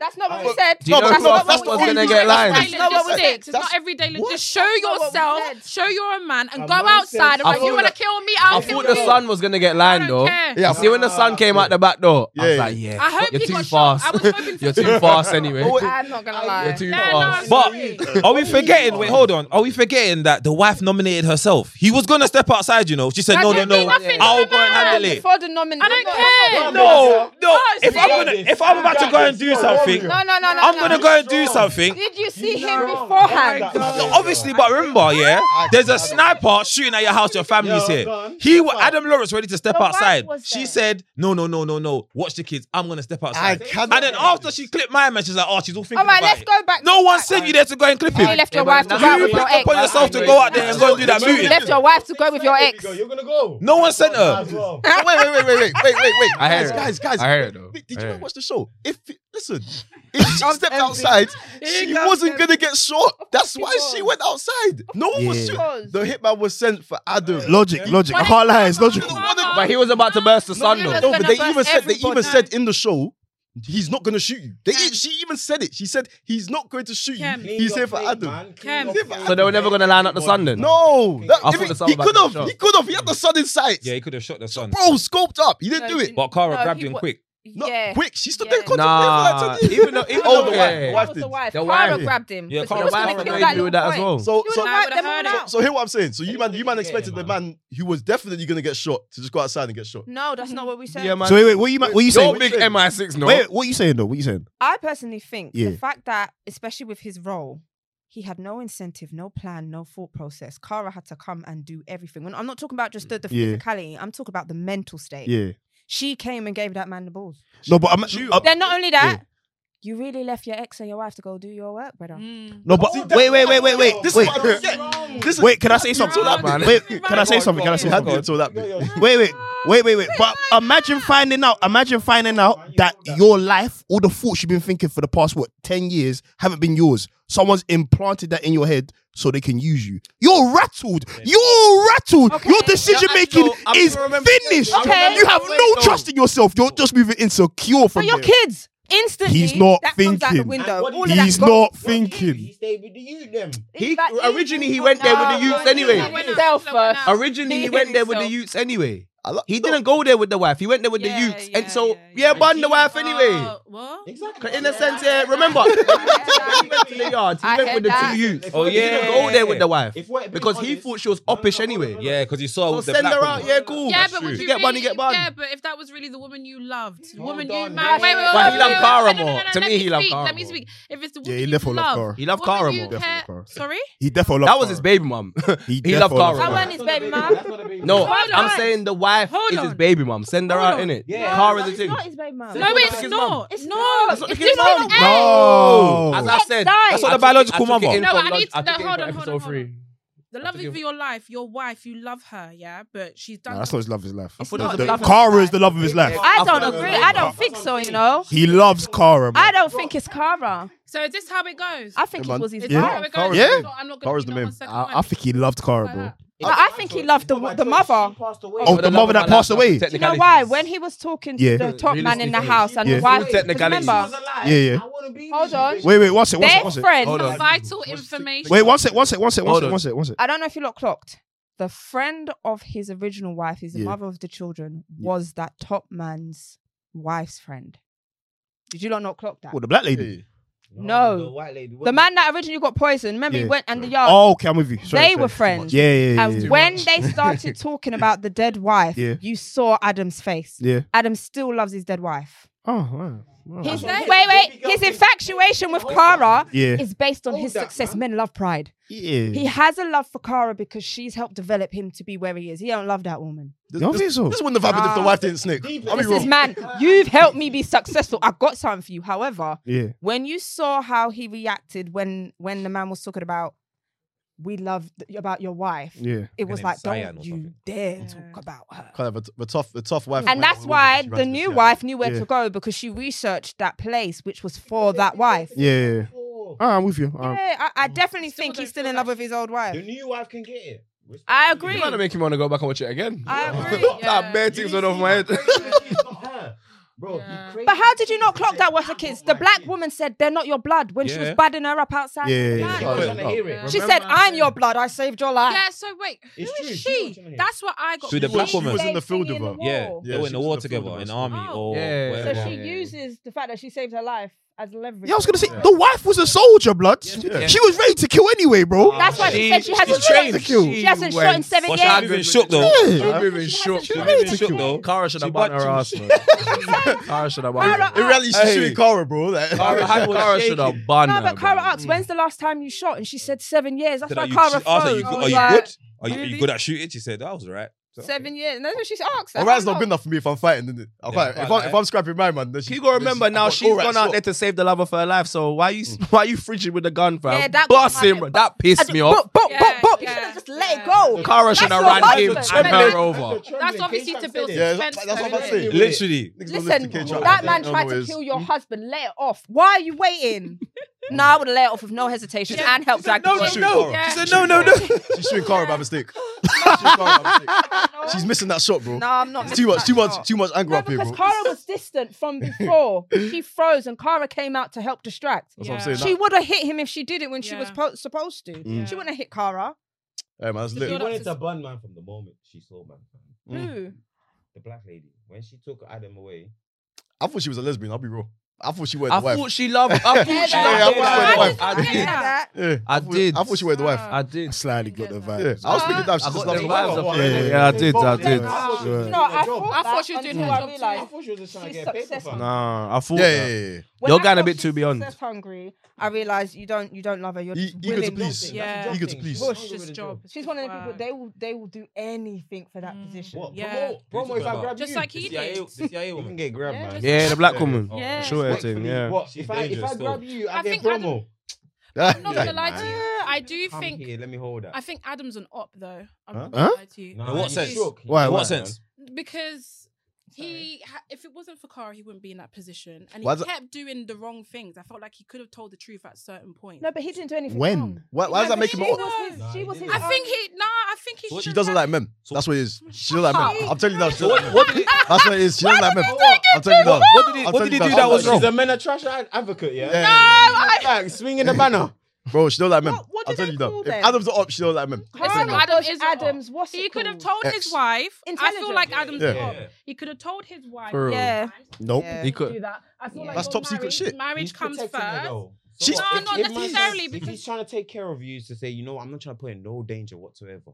That's not what I- we said. do you know that's who I not first what was we gonna said. get It's lined? not That's not what we everyday said. logistics. It's not everyday logistics. Just show not what we yourself. said. Show you're a man and A go man outside. says- And I if you thought want to the- kill me, I'll I kill thought you. the sun was gonna get I lined don't though. care. Yeah, I see when the sun came out the back door. I was Yeah. like, yeah, I hope you're he too got shot. fast. I was hoping for You're him. too fast anyway. I'm not gonna lie. You're too Yeah, no, fast. I'm But- sorry. Are we forgetting? Wait, hold on. Are we forgetting that the wife nominated herself? He was gonna step outside, you know. She said, That "No, no, don't mean no. nothing I'll to go a and man. handle it." Before the nomination, I don't care. No, no. it's If I'm not. gonna, if I'm about to go and do Yo, something. No, No, no, no, no. I'm no. gonna go and do something. Did you see He's him wrong. beforehand? Oh my God. No, obviously, but remember, yeah, there's a sniper shooting at your house. Your family's Yeah, here. go on. He, Step wa- up. Adam Lawrence, ready to step The wife outside. was She there. said, "No, no, no, no, no. Watch the kids. I'm gonna step I outside." cannot. and then after she clipped my man, she's like, "Oh, she's all thinking All right, about let's it." go back. No to one that. sent you there to go and clip You him. left your wife to You go out with picked your up on ex. yourself to go out there and go and do that That's- You meeting. left your wife to go with your ex. You're gonna go. No one sent her. As well. No, wait, wait, wait, wait, wait, wait, wait, wait. I hear guys, it. guys, guys. I hear it though. Wait, I did you hear not it. watch the show? If listen, *laughs* if she stepped outside, she wasn't gonna get shot. That's she why she was. went outside. No one was Yeah. shooting. Because- The hitman was sent for Adam. Logic, logic. I can't lie, it's logic. But he was about to burst the sun though. No, but they gonna even burst said they even everybody. said in the show. He's not gonna shoot you. They, she even said it. She said he's not going to shoot you. Cam. Clean He's your here for plate, Adam. man. Clean Cam. your He's here for plate. So they were never gonna line up the sun then. No, that, I if thought it- the son he was about could to have. get shot. He could have. He had the sun in sight. Yeah, he could have shot the son. Bro, scoped up. He didn't No, do he it. didn't. But Cara No, grabbed he him wa- quick. Not Yeah. quick. She stood Yeah. there Nah, contemplating. even though even Oh, the wife- the though yeah. wife That was did. the wife. The Cara wife. grabbed him. Yeah, But Cara she was grabbed gonna him. kill They that do little that as boy. well. So, She so, would I wipe would've them heard all it. out. so here what I'm saying. So you They man, would've you man been expected gay, the man who was definitely gonna get shot to just go outside and get shot. No, that's not what we said. Yeah, man. So wait, wait, what you ma- what you Your saying? big MI6 no. Wait, what you saying though? What you saying? I personally think Yeah. the fact that, especially with his role, he had no incentive, no plan, no thought process. Cara had to come and do everything. When I'm not talking about just the, the Yeah. physicality, I'm talking about the mental state. Yeah. She came and gave that man the balls. No, but I'm uh, Then not only Yeah. that, you really left your ex and your wife to go do your work, brother. Mm. no, but wait, wait, wait, wait, wait. This wait, is what I'm saying. This is wait. Can I say something? wrong. Wait, can I say something? Can I say How do something? you tell that bit? Wait, wait, wait, wait, wait. But imagine finding out. Imagine finding out that your life, all the thoughts you've been thinking for the past what ten years, haven't been yours. Someone's implanted that in your head so they can use you. You're rattled. You're rattled. Your decision making Yeah, I know. I is remember- finished. Okay. You have no trust in yourself. You're just moving insecure So from your there. kids instantly. He's not that comes out the thinking. window. And what All did of that He's gone. not He thinking. stayed with the youth then. He That is- originally he went there with the youths No, anyway. we're not. Self No, we're first. not. Originally he went there with the Himself. youths anyway. I lo- He no. didn't go there with the wife. He went there with Yeah, the youths, yeah, and so yeah, yeah. yeah, bun the wife anyway. Uh, what? Exactly. 'Cause in a sense, yeah. Remember, *laughs* when he went to the yard. He I went heard with the that. two youths. Oh, he didn't yeah. go there with the wife If we're being because he honest- thought she was No, no, uppish no, no, no, anyway. oh, no. Yeah, because you saw So the send black her woman. out. Yeah, cool. Yeah, That's but would true. you get really, bun, you get bun. Yeah, but if that was really the woman you loved, the Hold woman you on, married, wait, wait, man. wait, But he wait, loved wait, Cara wait, no, no, more. no, no, To let me, he loved speak, Cara Let me more. speak. If it's the woman Yeah, he you left all of love, Cara. He loved woman Cara you more. Definitely care- Cara. Sorry, He definitely That was his baby mum. He loved definitely- I Cara. want his baby mum. That's not a baby. No, mum. Hold I'm on. saying the wife Hold is his on. baby mum. Send her out, innit? Yeah. Car is a It's thing. not his baby mum. no, that's it's his mum. not. It's no, it's not. That's not the this kid's is mum. A. No. As I said, died. that's not I the took it- I biological took it mother. in No, from I log- need to- took no, it hold in from on, hold episode on, hold three. The love forgive- for your life, your wife, you love her, yeah, but she's done. Nah, that's not his love of his life. thought it was The- a baby. Cara is the love of his life. I I've don't got a agree. baby I mum. don't think so. You know. He loves Cara. man. I don't think it's Cara. so is this how it goes? I think Yeah, it was his Is Yeah. this how wife. it goes? Yeah. I'm not- I'm not gonna Cara's be the no main. one second I, I one. think he loved Cara, Like bro. that. No, I think he loved the, the mother. She passed away. Oh, the mother that passed away. You know why? When he was talking to Yeah. the top man in the Realistically. house and Yeah. the wife, Technicalities. remember, Yeah, yeah. I wanna be Hold with you, on. bitch. Wait, wait, one sec, one their sec, one sec. friend. Hold on. Vital information. Wait, one sec, one sec, one sec, one Hold sec, on. one sec, one sec. I don't know if you lot clocked. The friend of his original wife, who's the Yeah. mother of the children, Yeah. was that top man's wife's friend. Did you lot not clock that? What, the black lady? Yeah. No. the white lady. The man that originally got poisoned, remember Yeah. he went and the yard. Oh, okay, I'm with you. Sorry, they sorry. were friends. Yeah, yeah, yeah. And yeah. when *laughs* they started talking about the dead wife, Yeah. you saw Adam's face. Yeah. Adam still loves his dead wife. Oh, wow. wow. His, That's wait, what- wait. Baby His girl- infatuation with Hold Cara Yeah. is based on Hold his that, success. man. Men love pride. He Yeah. has a love for Cara because she's helped develop him to be where he is. He don't love that woman. You don't think so? This wouldn't have happened if the Nah. wife didn't snitch. Deep I'll be This is wrong. man. You've helped me be successful. I got something for you. However, Yeah. when you saw how he reacted when when the man was talking about we love about your wife, Yeah. it was name like is Cyan or don't you something. dare talk about her. Kind of a, a tough, a tough wife. And that's why the new wife knew where Yeah. to go because she researched that place, which was for that wife. Yeah. yeah. All right, I'm with you. All right. Yeah, I, I definitely Still think don't he's still feel in that. love with his old The wife. new wife can get it. I agree. You might make him want to go back and watch it again. I agree, That yeah. bare You things see went off my head. how crazy it is? It's not her. Bro, Yeah. But how did you not clock that was her kids? The black woman said they're not your blood when she was Yeah. badding her up outside. Yeah, the yeah, van. yeah. I'm trying to hear it. She said, "I'm your blood. I saved your life." Yeah. So wait, who is It's true, she knows she? what you mean. That's what I got. So the black confused. woman- was in the field with her. Yeah, Yeah, they were she in the was war in the field together, with in the us. army Oh. or Yeah. whatever. So she Yeah. uses the fact that she saved her life as leverage. Yeah, I was gonna say the wife was a soldier, blood. yeah. She was ready to kill anyway, bro. That's why she said she hasn't She's trained shot. to kill. She hasn't shot in seven Well, years. she had been shook though. Yeah. She had been shook. She had been shook though. Cara should have bought her ass. man. Cara should have bought her. In reality, she's shooting Cara, bro. Like, Cara, Cara should have bought No, her. but Cara asked, "When's the last time you shot?" And she said seven years. That's Said, why are you, she Cara asked, are froze. you, I good- are was you like, good? Are you, are you really? good at shooting? She said, that was all right. So- Seven years. No, no, she's asked. All right's not good enough for me if I'm fighting, isn't it? I Yeah, fight- if, fight, I, if I'm scrapping my man, then she, You gotta remember now, she's she's gone out there to save the love of her life. So why you why you frigid with the gun, fam? Yeah, that Boss got my him, head- that pissed me off. Bop, bop, bop. You should have just let it go. Cara should have That's your ran in husband. and That's her over. That's obviously to build Yeah, suspense. that's what though, I'm innit? saying. Literally. Listen, that man tried to kill your husband. Let it off. Why are you waiting? no, I would have let it off with no hesitation and helped drag No, the no, body. no. Yeah. She said, no, no, no. *laughs* She's shooting Cara by mistake. She's shooting Cara by mistake. She's missing that shot, bro. No, I'm not. It's too much, too much, too much anger up here, Because bro. Cara was distant from before. she froze and Cara came out to help distract. That's what I'm saying. She That- would have hit him if she did it when she was po- supposed to. Mm. She wouldn't have hit Cara. Hey, man, that's Mm. She lit. wanted to bun man from the moment she saw man. Who? The black lady. When she took Adam away, I thought she was a lesbian. I'll be real. I thought she was I the wife. thought she loved. I Yeah, thought she yeah, loved. yeah, I her thought wife. she I did. that. Yeah, I did. I thought she was the wife. I did. Slightly got the vibe. Yeah, I was thinking that I she got just them loved vibes her. up Yeah, here. yeah, Yeah, I did. I did. yeah. No, I thought, that I thought she was doing until her I job too. realised I thought she was just trying to she's get paper success for hungry. Nah, I thought. Yeah, that. yeah, yeah, yeah. When You're I going a thought bit she too was beyond. success hungry. I realized you don't you don't love her. You're E- just eager to willing- please. Yeah. Eager to please. Bush is job. She's one of the people they will they will do anything for Mm. that position. What? Yeah. Promo, promo if I about? grab Just you. like he The CIA did. the CIA you can woman. get grabbed, Yeah, man. just- Yeah, the black woman. Yeah. Sure, Wait for thing. me. Yeah. What? She's If I if dangerous I still. grab you, I, I get think Adam- promo. I'm not gonna lie to you. I do Come think here, let me hold that. I think Adam's an op though. I'm not Huh? gonna lie to you. Nah, In what he's sense? shook. Why, In why? what sense? Because he, ha- if it wasn't for Cara, he wouldn't be in that position, and he Why is it- kept doing the wrong things. I felt like he could have told the truth at certain points. No, but he didn't do anything. When? wrong. Why, why does that make him she old? was his, Nah, she he was his didn't. I think he. No, I think he. She should've doesn't like done- men. That's what it is. She doesn't like men. I'm telling you now. She doesn't like men. What did he That's what it is. She doesn't like men. I'm telling you now. what did he- I'm what did telling he do you that now. was She's wrong? a men are trash ad- advocate, yeah? Yeah. uh, Like, swinging the banner. Bro, she don't like men. What- what do I'm they telling you now. call If them? Adam's not up, she don't like men. I'm Listen, telling you now. Adam Adam is is an op. Adams. What's He it could have called? told Ex. his wife. I feel Intelligent. like Adam's Yeah. an op. Yeah. He could have told his wife. For real. Yeah. Nope. Yeah. He could. Do that. I feel like That's your top secret marriage- shit. Marriage He's comes protecting her, first. though. So She's- what? No, If- not if man's- necessarily, If because- he's trying to take care of you, to say, you know, what, I'm not trying to put in no danger whatsoever.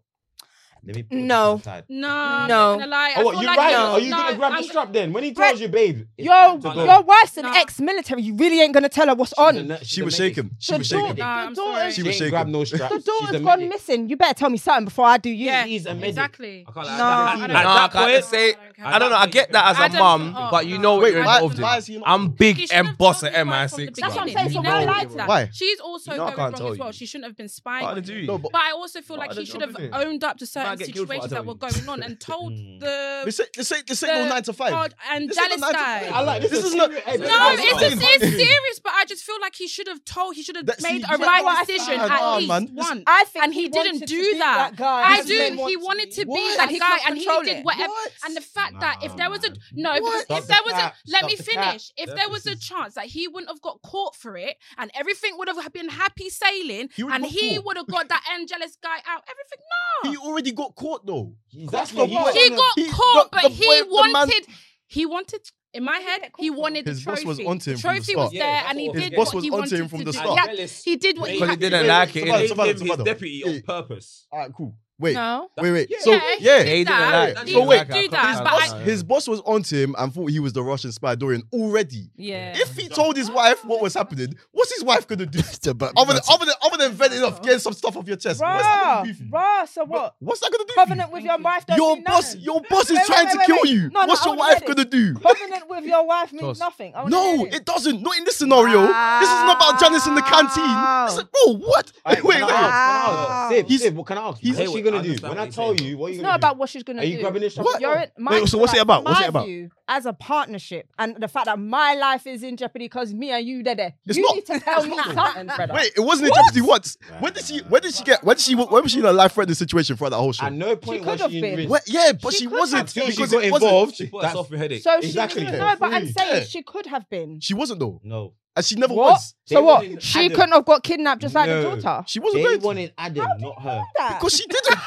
Let me put No. This aside. No, I'm No. not gonna lie. I Oh, what, feel you like right? no, Are you no, gonna grab I'm- the strap then? When he Brett, tells you, babe, it's Your, time to go. your wife's an Nah. ex-military. You really ain't gonna tell her what's She's on. a nut- she's She a was medic. shaking. She The was door- shaking. Nah, I'm The sorry. daughter's- She She was ain't grab shaking. no strap. The She's daughter's a gone medic. missing. You better tell me something before I do you. Yeah. He's a medic. Exactly. I can't lie. No. At I that- don't at know. that Nah, point, I can't say. I don't know. I get that as a Adam's mum, an op, but you no. know what Wait, you're why- involved in. why is he not- I'm He big should've and boss told at his wife from the MI6. beginning. That's what I'm bruv. saying, so He now knows lies that. Why? She's also You know I going can't wrong tell as well. you. She shouldn't have been Why spying. did you? No, but But I also feel like Part he of the should job, have innit? owned up to certain might get killed for it, I situations that tell were you. going on and told Mm. the This ain't this ain't this ain't no the nine to five. hard and This ain't a jealous nine to five. I guy. like this. This is is serious- not- Hey, No, babe, No, I'm it's it's sorry. just it's serious, but I just feel like he should have told. He should have That- made see, a you- right Well, I- decision Ah, nah, at man. least This- once. I think And he didn't wanted to do be that. guy. I This do. man He wants wanted to be What? that And he guy, couldn't and he control did it. whatever. And the fact that if Nah, there was a man. no, because Stop if the there was a cap. let Stop me the finish. cap. If there was a chance that he wouldn't have got caught for it, and everything would have been happy sailing, He would've and got he caught. would have got that end jealous guy out. Everything. He already got caught though. Exactly. That's He the went- He got He caught, got but the he boy- the man- wanted. He wanted. In my head, he wanted the His trophy. boss was onto him the from the trophy start. was there, Yeah, and he that's what- did His boss what was he onto wanted him from to the do. start. He, had- he did what he Because he had to didn't do. like it. Somebody- innit? He somebody- named his somebody. deputy Yeah. on purpose. Alright, cool. Wait. No. Wait, wait. Yeah, so yeah, he yeah, did he didn't that. like He it. did So wait, do his that, his but I- boss, *laughs* his boss was onto him and thought he was the Russian spy Dorian already. Yeah. If he told his wife what was happening, what's his wife gonna do? other than other than other than venting off, getting some stuff off your chest. What's that gonna do? for Bruh, you? bruh, so what? What's that gonna do? for you? Covenant with your wife don't Your mean boss, nothing. your boss is Wait, wait, trying wait, to wait, kill you. wait. No, no, What's I your wanna wife hear gonna do? *laughs* Covenant with your wife means Toss. nothing. I wanna No, hear it doesn't. Not in this scenario. This is not about Janice in the canteen. It's like, bro, what? Alright, Wait, wait. can I ask? Can I ask? Sib, He's- Sib, what can I ask? he's- What's she Hey, gonna I do? understand When what I he's tell saying. you, what are you It's gonna not do? about what she's gonna Are do. you grabbing this? What? You're in my Wait, so what's it like, about? What's my it about? View, as a partnership, and the fact that my life is in jeopardy because me and you, there, It's you not- need to tell me something, brother. Wait, it wasn't in jeopardy once. When did she? When did she get? When did she? When was she in a life-threatening situation throughout that whole show? At no point could was have she been. in risk. Well, yeah, but She she, could have. wasn't Until she because got it wasn't. involved, She put that's- herself a headache. So Exactly. she was, no, but I'm Yeah. saying she could have been. She wasn't though, No. and she never What? was. They So what? wanted She Adam. couldn't have got kidnapped just like No. the daughter. She wasn't They ready wanted Adam, not her. That. because she didn't.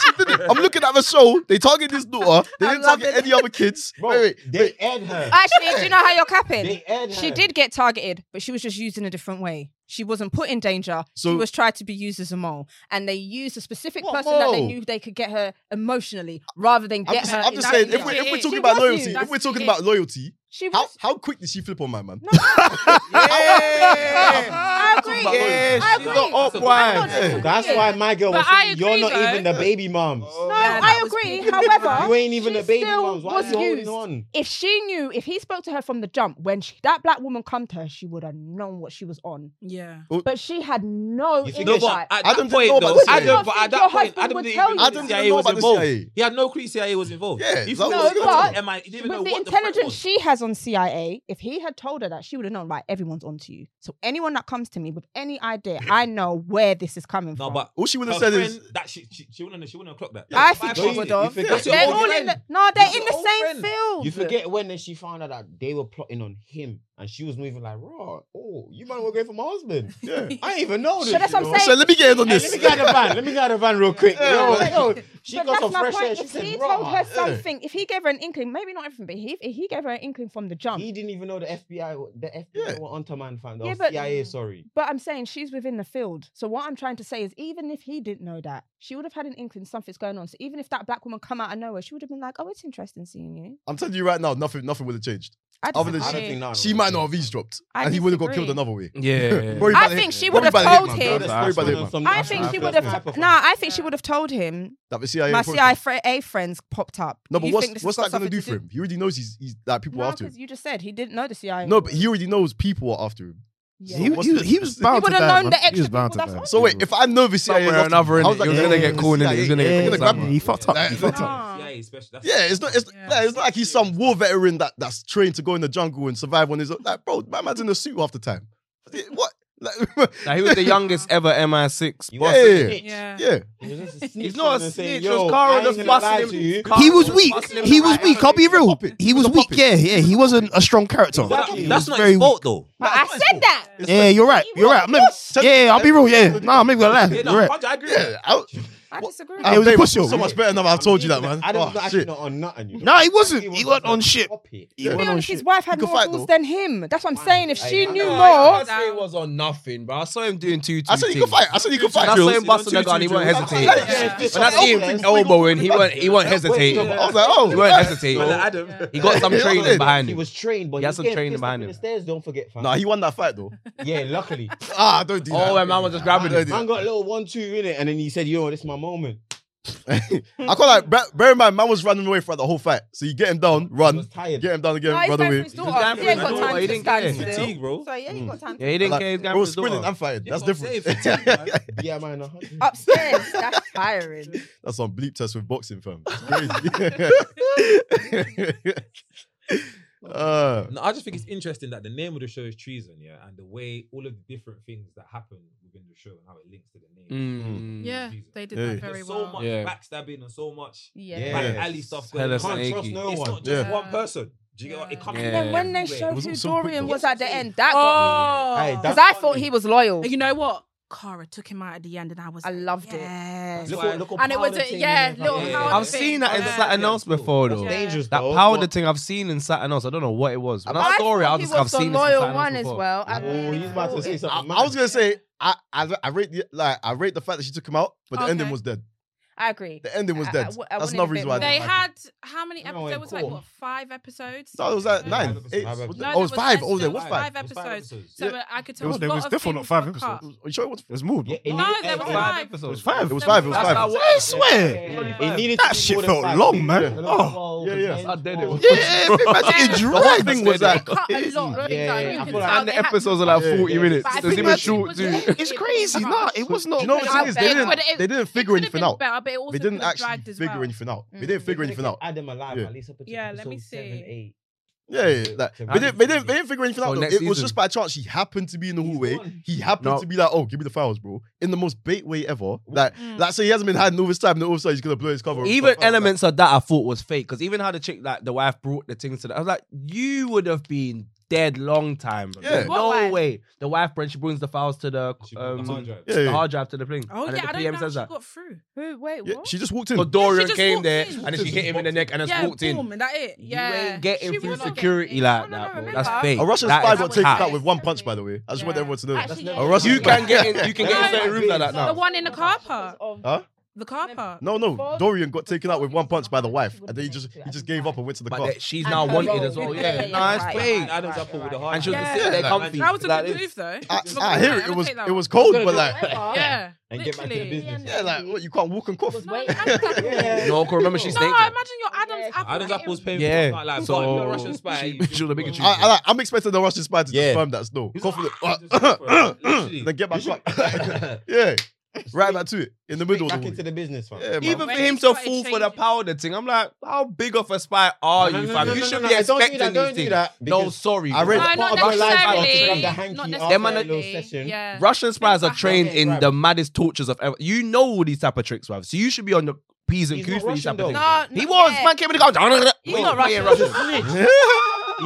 she didn't. I'm looking at the show. They target this daughter. They didn't target any other kids. wait, wait, they wait. aired her. Actually, do you know how you're capping? They aired She her. did get targeted, but she was just used in a different way. She wasn't put in danger. she So- was tried to be used as a mole, and they used a specific What person that they mole? knew they could get her emotionally, rather than I'm get just, her. I'm in just danger. saying, if we're, if we're She talking about was loyalty, used. if we're That's talking it. about loyalty, She *laughs* how, how quick did she flip on my man? I agree. Yeah, I she's agree. not up, why? That's why my girl was But I saying you're agree, not though. even the baby moms. No, I agree. However, You ain't even she the baby still moms. Why was are you holding used. on? If she knew, if he spoke to her from the jump, when she, that black woman come to her, she would have known what she was on. Yeah. But she had no You think No, insight. but Adam at that didn't point, know about though, this guy. Adam, but at that Your point, husband Adam would didn't tell even you. know Adam CIA didn't know was about the involved. CIA. He had no clue CIA was involved. Yeah, he that thought was No, it was but MI. He didn't even know With the what the threat intelligence was. she has on CIA, if he had told her that, she would have known, right, everyone's onto you. So anyone that comes to me with any idea, *laughs* I know where this is coming No, from. but All she would her have said friend, is, that she, she, she wouldn't, have- she wouldn't have clocked that. I think Five Don't she hours. you- would you have. forget- That's your They're old all in friend. the, no, they're That's in your the old same friend. field. You forget when then she found out that they were plotting on him, and she was moving like, "Raw, oh, you might well go for my husband." yeah. I didn't even know this. But that's you what I'm know? saying. So let me get in on Hey, let this. me get out the van. Let me get out the van real quick. Yo, yo, she but got that's some my fresh point. air. She if said, he "Raw." told her something, if he gave her an inkling, maybe not everything, but he, if he gave her an inkling from the jump. He didn't even know the FBI, w- the FBI Yeah. were onto man, fam. Yeah, Yeah, but- CIA, sorry. But I'm saying she's within the field. So what I'm trying to say is, even if he didn't know that, she would have had an inkling something's going on. So even if that black woman come out of nowhere, she would have been like, "Oh, it's interesting seeing you." I'm telling you right now, nothing, nothing would have changed. I Other than disagree. she- no. She might not have eavesdropped, I and he would have got killed disagree. another way. *laughs* Yeah. Probably by I the- think she probably would have by the told hitman. him. That's probably by the hitman. I think she would have. No, I think she would have told him. That the CIA. My probably- CIA fr- A friends popped up. No, but You think what's this what's has that got gonna do for something him? to He already knows he's, he's that people No, are after him. because you just said he didn't know the CIA. No, but he already knows people are after him. Yeah. So He, what's he, the- he was what's the- bound would've to die, known man. the extra He was people, bound to that's die. all. So wait, if I know the CIA, somewhere or is after another, me, innit? how's that You're gonna gonna happen? get caught, innit? He's gonna Yeah, get they're caught grab somewhere. me. He fucked up. He Nah, fucked up. Ah. CIA special. that's- Yeah, it's not. It's, Yeah. nah, it's not like he's some war veteran that, that's trained to go in the jungle and survive on his own. Like, bro, my man's in a suit half the time. What? Like, *laughs* Like, he was the youngest ever MI6. You boss. are a Yeah. snitch. Yeah. yeah, He was just He's not a and saying, snitch. "Yo, It was I Cara ain't that's gonna lie busting to him. you." Cara He was that's weak. busting him He in the was back. weak. I'll be real. He was weak. Yeah, yeah. He wasn't a strong character. Exactly. He That's was not very his weak. fault though. But I said that. Yeah, you're right. You're right. I'm not, yeah, I'll be real. Yeah, no, I'm not even gonna lie. Yeah, You're right. no, I agree. yeah. I, I disagree. It was a Dave, pussy. So much better than I've told you that, man. I Oh, don't actually shit. not on nothing. you know. No, he wasn't. He was wasn't on on shit. topic. He To be wasn't on honest, his shit. wife had He could more fight, balls though. than him. That's what I'm saying. If Hey, she I knew know. more, I can't say it was on nothing, bro. I saw him doing two. I said you could fight. I said you could fight. I saw him Jules. busting the Two, guy and he two, won't two. hesitate. I was like, Yeah. When I see him elbowing, he won't. He won't hesitate. Yeah. I was like, He oh, won't yeah. hesitate. Well, Adam. He got some Yeah. training behind He him. was trained, but He had some getting training pissed behind up in him. The stairs, don't forget, fam. Nah, he won that fight though. yeah, luckily. Ah, don't do that. Oh, and *laughs* man was just grabbing Man, him. Man got a little one-two in it, and then he said, "Yo, this is my moment." I can't like. Bear, bear in mind, man was running away throughout the whole fight. So you get him down, He *laughs* run, was tired. get him down again, no, he's run going for away. his down daughter. for He ain't his got daughter. time He to didn't stand care. still. Fatigue, bro. So yeah, he ain't got time. Yeah, he to- didn't Like, care. He was going bro, for his sprinting daughter. and fighting. Yeah, That's but I'm different. saying fatigue, *laughs* man. Yeah, man. uh-huh. Upstairs, that's firing. *laughs* That's on bleep test with boxing, fam. *laughs* *laughs* It's crazy. uh, No, I just think it's interesting that the name of the show is Treason, yeah, and the way all of the different things that happen within the show and how it links to the name. Mm. Yeah, they did Yeah. that very There's well. so much Yeah. backstabbing and so much Yeah. Yeah. back alley stuff going Hella on. Can't trust snaky. no It's one. not just Yeah. one person. Do you get what it comes And Yeah. then when they showed was who all so quick, Dorian though. was at the end, that got Oh, Hey, because that- I thought he was loyal. And you know what? Cara took him out at the end, and I was. I loved it. yes. Look what- look what And it was Powder a- team yeah, is. little Yeah. Powder I've thing. seen that in Yeah. something else before It's though. Yeah. dangerous. That though, powder but- thing I've seen in something else. I don't know what it was. When I I saw it, I thought was he just I've was the seen this in loyal something one else as before. well. I Oh, really he's about to thought say it. I, something. I was gonna say I, I I rate the, like I rate the fact that she took him out, but the ending Okay. was dead. I agree. The ending was I- I dead. w- I That's wanted another a bit reason why. I more. They didn't like it. had how many No, episodes? There was like cool. what five episodes? No, it was like No, nine, episodes, eight. Was five episodes. it, No, oh, it was there five. less- Oh, there there was was five. five It was five episodes. episodes. So uh, I could tell. There was, a there lot was of definitely not things five were cut. episodes. Are you sure it was? It was more. Yeah, bro. it No, needed- there was it- five. It was five. It was There five. It was was five. five. That's not I *laughs* swear. It needed That to be shit more than felt five. long, man. Yeah. Oh. Yeah, Yeah, yeah. I did it. Yeah, big magic. It Yeah. The whole dragged. thing was They that. cut a lot. of things out. *laughs* Yeah, I You feel can like- tell And they the had- episodes are like Yeah. 40 minutes. But I There's think even it short was- too. it- It's it crazy. was Nah, harsh. it was not. Do you know what I it is? They bet, didn't. but it- They didn't it figure could've anything been out. better, but it also They didn't could've actually dragged as figure well. anything out. They Mm. didn't figure anything out. Add them alive, Yeah. at least up until Yeah, let me episode seven, see. eight. Yeah, yeah, like they To me. didn't, they didn't, they didn't figure anything Oh, out. though. It was next season. just by chance. He happened to be in the He's hallway. gone. He happened No. to be like, "Oh, give me the files, bro," in the most bait way ever. Like, Mm. like so he hasn't been hiding all this time, and all of a sudden he's gonna blow his cover. Even Like, elements of that I thought was fake. Because even how the chick, like the wife brought the things to the I was like, you would have been dead long time. bro. Yeah. There's What No wife? way. The wife, when she brings the files to the, um, hard drive. to Yeah, yeah. the hard drive to the thing. Oh and then yeah, I the don't PM know how says she that. got through. Wait, wait, Yeah, she just walked in. So Yeah, Dorian she just came walked there in. and then she hit him in the neck and then yeah, walked in. boom, and that it. Yeah, You ain't getting She through wasn't security getting- like No, no, that, no, bro. That's remember? fake. A Russian That spy is got taken fake. out with one punch, by the way. I just want everyone to know. Actually, yeah. a Russian You spy- can get in. You can get in certain rooms like that The now. one in the car park. Huh? The car park. No, no. Dorian got taken out with one punch by the wife, and then he just he just gave up and went to the But car. that she's now wanted as well. Yeah, nice Right, fake. Adam's apple with a hard And she was drive. just sitting there Yeah. comfy. That was a like good this. move though. I, Not I gonna hear lie, it. I'm It gonna was take that it one. was cold, Gotta but do like Yeah. And get back to the literally. business. yeah, like what you can't walk and cough. No, 'cause remember she No, snaked. him. imagine your Adam's apple. Adam's hitting- apple's paying Yeah. for something like So- so, you're a Russian spy. She- you- she was a bigot. I, I, like, I'm expecting the Russian spy to Yeah. confirm that's no. He's Confident. *laughs* like, "Ah, literally." then get back Literally. up. *laughs* yeah, right back to it in the middle of Back the into week. the business, fam. Yeah, man. Even When for him he to started fall for the changing- powder thing, I'm like, how big of a spy are No, you, no, fam? no, You no, should no, be no, don't do expecting that, these don't do things. that, No, because sorry. I bro. read- No, part not of my life, I was necessarily. grabbed the hanky Not after necessarily. that little session. Yeah. Russian spies are Things like trained that. in Right. the maddest tortures of ever. You know all these type of tricks, bruv. So you should be on the P's and He's Q's not for these Russian, type of things. though. bruv. No, he not was. yet. Man came in the *laughs* car. He's Wait, not wait, Russian. Russian.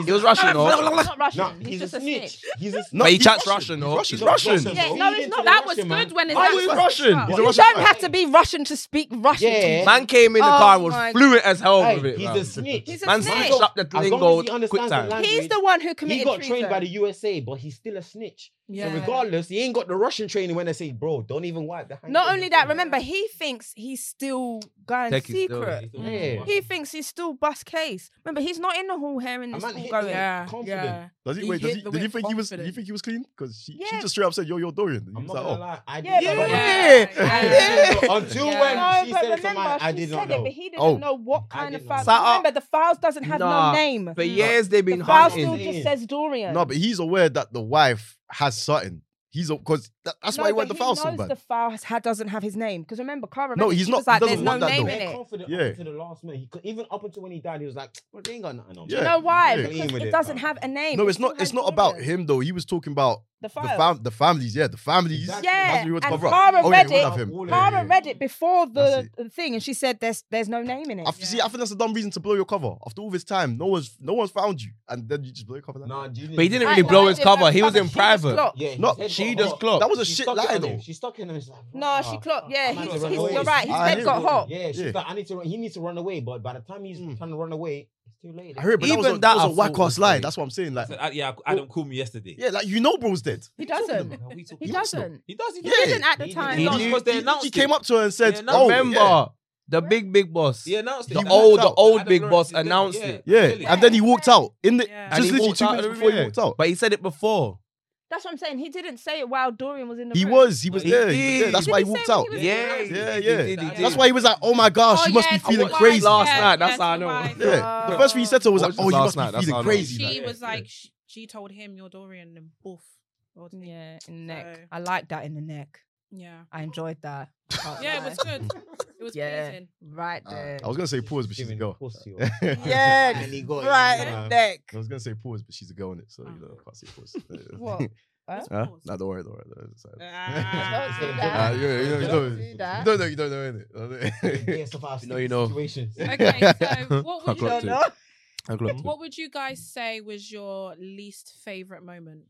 He was Russian, though. *laughs* Not Russian. No, he's, just a snitch. He's a snitch. No, But he he's chats Russian. Russian, though. He's He's Russian. Russian. Yeah, Feed no, it's into not the That was Russian, good man. when it's How is that Russian? fucked up. He's a You Russian don't spy. have to be Russian to speak Russian. Yeah. Man came in the Oh car and was my- fluent as hell Hey, with it. He's bruv. a snitch. He's a Man snitch. snitched up the As long as lingo he quick understands the time. language, He's the one who committed He got trained by the treason. USA, but he's still a snitch. Yeah. So regardless, he ain't got the Russian training when they say, bro, don't even wipe the hanky. Not only that, remember he thinks he's still going Tech is still- secret. Yeah. He thinks he's still bus case. Remember, he's not in the hall hearing A this man all hit going. the- Yeah. Confident. Yeah. Does he, He wait? Does hit he, the did you whip think he was? You confident. think he was clean? Because she, she Yeah. just straight up said, "Yo, yo, Dorian." He I'm was not like, gonna "Oh, lie. I Yeah, didn't but- know. Yeah. I didn't know. Until Yeah. when No, she but said it to remember, my, I she did said not it, know. but he didn't Oh. know what I kind of didn't know. files. Sat up. Remember, the files doesn't have Nah, no name. For Mm. years they've been The file still hunting. in. just says Dorian. no," but he's aware that the wife has something. He's because that, that's No, why he but went the foul so knows bad. The file has, had- doesn't have his name because remember, Cara. No, remember, he's she not- Was he like, doesn't There's want no that name though. in Very it. confident Yeah. up to the last minute. He could, even up until when he died, he was like, well, they ain't got nothing on me. You Yeah. know why? Yeah. Because Clean with it it, doesn't fam. have a name. No, It it's still not. It's has not about Dorian. him though. He was talking about The the file. fam, the families. Yeah, the families. Exactly. yeah, That's what he was and covered. Cara Oh, yeah, read he would it. have him. All of Cara it. read it before the That's the thing, and she said, "There's there's no name in it." I f- see. I think that's a dumb reason to blow your cover after all this time. No one's, no one's found you, and then you just blow your cover. Like Nah, that. you But he didn't really Like, blow why his did that cover. He was cover? in She just private. clocked. Yeah, his No, head she got just hot. clocked. That was a She shit stuck it lie, on him. though. She stuck it on him. She's like, No, she "Ah, clocked. Yeah, I might he's, he's, as well run away." you're right. His I head hear got you. hot. Yeah, she's Yeah. like, I need to. Run. He needs to run away, but by the time he's Mm. trying to run away, it's too late. I heard, but Even that was a, that that was I a whack thought was ass lie. fake. That's what I'm saying. I Like, said, "Ah, yeah, Adam called me yesterday. yeah, like you know, bro's dead. He doesn't. What are we talking He about? doesn't. He does. He Yeah. does. He didn't at the He time. did. He No, knew- because they He announced literally came it. up to her and said, Yeah, no, "Oh, Remember yeah. the big big boss. He announced it. The He old, walked the out. old Adam big Lawrence boss is dead. announced Yeah, it. Yeah, clearly. and then he walked out in the Yeah. just And he literally walked two out minutes of the before he room. walked out. But he said it before. That's what I'm saying. He didn't say it while Dorian was in the He room. was, he was He there. he was did. there. That's Did why he he say walked when out. he was Yeah, in the Yeah, he yeah. did, he did. That's why he was like, "Oh my gosh, you must be yeah, feeling that's crazy." why. Last night, that's how I know. why. Yeah, the first thing he said to her was I like, watched "Oh, this you last must night, be that's how I feeling know. crazy." She like. was like, sh she told him, "You're Dorian," and boof. Well, room. yeah. Mm, Yeah, in the neck. So- I like that in the neck. yeah, I enjoyed that. Oh, Can't yeah. It lie. was good. It was Yeah. pleasing. right there. Uh, I was gonna say pause, but she's a Giving girl. *laughs* pussy or- Yeah, And he got it, right man. neck. I was gonna say pause, but she's a girl in it, so you know I can't say pause. uh, What? Let's *laughs* Huh? pause. Nah, don't worry, don't worry. Don't worry. it's fine. Ah. Don't *laughs* Nah, do that. you know, you know, you Don't know- do you Uh, that. don't know, you don't know, innit? *laughs* Yeah, so far, I've No, seen you know. situations. Okay, so what would Cock you up. No, I clocked it. what would you guys say was your least favorite moment?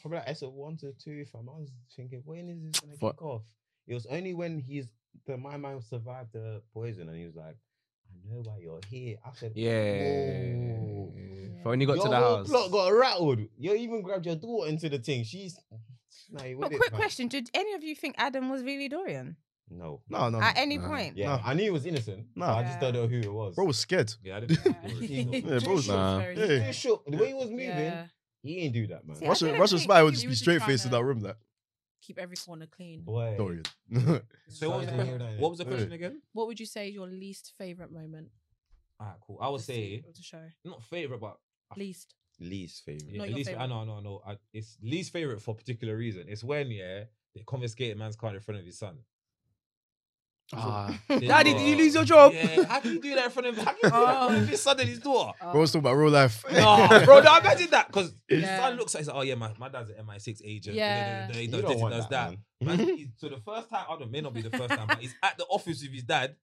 Probably like episode one to two. Fam, I was thinking, when is this gonna Fuck. kick off? It was only when he's the my man survived the poison, and he was like, "I know why you're here." I said, Yeah. "Whoa." But when he got your to the whole house, plot got rattled. You even grabbed your daughter into the thing. She's. Nah, *laughs* you But with it, quick fam. question: Did any of you think Adam was really Dorian No. No, no. at any no. point? Yeah, No. I knew he was innocent. No, No. I just don't know who it was. Bro was scared. Yeah, I didn't. *laughs* *laughs* *laughs* *laughs* Yeah, bro was- Nah. Very- He was Yeah. too shook. The way he was moving, Yeah. he ain't do that, man. See, I Russian didn't Russian think spy he would just be was just straight trying faced in to- that room, like Keep every corner clean. Boy. Dorian. So what was, the Sorry. question? what was the Yeah. question again? What would you say is your least favorite moment? Ah, cool. I would of the se- say of the show not favorite, but least. Least favorite. yeah, Not at your least I favourite. know, I know, I know. I, it's least favorite for a particular reason. It's when yeah they confiscated man's car in front of his son. Ah. They- Daddy, did you Oh. lose your job? Uh. Yeah, how can you do that in front of how can you do that in front of his son and his daughter? *laughs* Bro was talking about real life. *laughs* *laughs* No, bro, no, imagine that because his Yeah. son looks at. He's like, oh yeah, my, my dad's an MI6 agent. Yeah. he You does, don't this, he want does that, that. *laughs* man. Man, he's- so the first time, I don't may not be the first time, but he's at the office with his dad,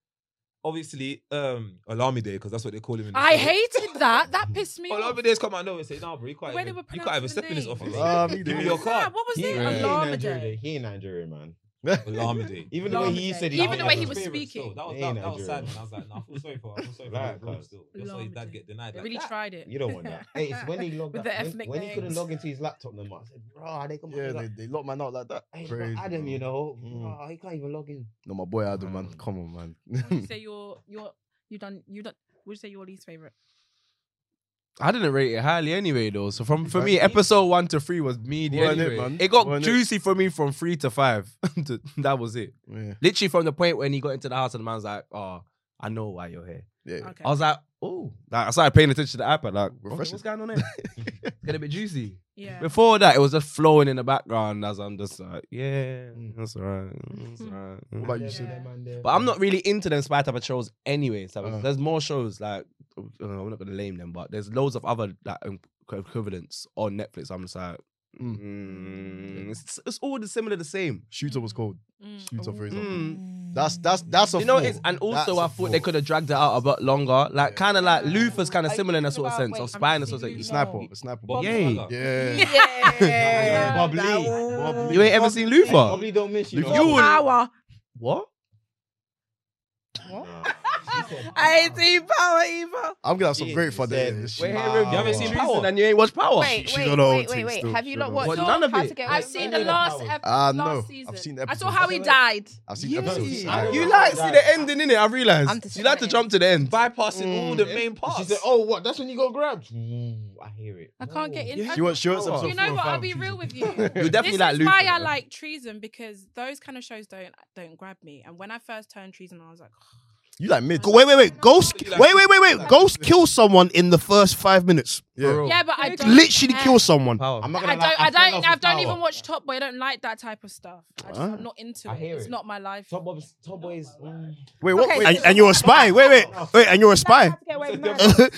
obviously um Alami Day because that's what they call him. In the I show. hated that. That pissed me off. Alami Day's come out now and say, "Nah, bro, you can't When they even, were you can't pronouncing even step in this the office. Alami Give Day. me your Yeah, card." what was it? he Alarm ain't Nigerian. Day. He ain't Nigerian, man. Alami Day. Even the way he said, he Even the way he was. was Experience still. speaking. That was, He that, ain't that was sad. Nigerian. Man. I was like, nah, I feel sorry for him. I feel sorry for Like, that brother cuz. still. Just saw his dad get denied. They Like, really that. tried it. You don't want that. hey, *laughs* it's when he logged With out, the when, ethnic when he couldn't names. log into his laptop no more. I said, bro, they come Yeah, they, they locked man out like that. Hey, Crazy, Adam, bro. you know, Mm. bro, he can't even log in. No, my boy Adam, man. Come on, You man. say your your you done you done. Would you say your least favorite? I didn't rate it highly anyway, though. So from for me, Exactly. episode one to three was media. Weren't it, Anyway. It, man? got Weren't it? juicy for me from three to five. *laughs* To- that was it. yeah. Literally from the point when he got into the house and the man's like, "Oh, I know why you're here." Yeah. Okay. I was like, "Oh," like, I started paying attention to the iPad. Like, okay, Refreshing. what's *laughs* going on there? it's getting a bit juicy. yeah. Before that, it was just flowing in the background as I'm just like, "Yeah, that's alright, that's alright." What about you, Yeah. Sid? Yeah. Man there. But I'm not really into them spy type of shows anyway. So Uh. there's more shows like uh, I'm not gonna name them, but there's loads of other like um, equ- equivalents on Netflix. I'm just like, Mm. mm, it's, it's all the similar, the same. Shooter was cold. Mm. Shooter, for example. Mm. That's that's that's a You know, four. it's, and also That's a I thought they four. could have dragged it out a bit longer. Like kind of like Yeah. Luther's kind of Are you similar in that sort talking of about- sense, or wait, spy in I'm a sort of thinking sense. sniper, sniper. Bobby Yay. Wagner. Yeah. Yeah. Bob Lee. Bob You ain't ever seen Luther? Probably don't miss you. Look, know? you would- Power. What? I ain't seen power either. I'm gonna have some Yeah, great fun you there. said- This We're shit. here reviewing You haven't seen Treason Power? and you ain't watched Power. Wait, she wait, got her own wait, thing wait, wait. still, Have you she not got her own watched thing. None of How it. to Get Away I've with seen Murder? the last ep- Ah, no. last I've season. seen I saw episodes. how he died. I've seen Yeah. episodes. I don't You know like about see that. the ending in it. I I'm realized you like to disappointed. jump to the end. Bypassing all the Mm. main parts. She said, "Oh, what? That's when you got grabbed." Mm, I hear it. I can't get Whoa. in. Yeah. I- She wants she wants You episode you know four what? and I'll five, be she's- real with you. You definitely this like is Luther. why I though. like treason because those kind of shows don't don't grab me. And when I first turned treason, I was like, *sighs* You like mid. Go Go, wait, wait, wait. Ghost. Wait, wait, wait, wait. Ghost kill someone in the first five minutes. Yeah. yeah, but I don't Literally care. kill someone. Power. I'm I not don't, gonna I lie. fell don't, off I with don't Power. even watch Top Boy. I don't like that type of stuff. I just, Ah. I'm not into I it. hear It's it. not my life. Top boys, top boys. Mm. Wait, what? Okay, Wait, And, and you're a spy. Wait, wait, wait. And you're a spy. How to Get *laughs* Away with Murder.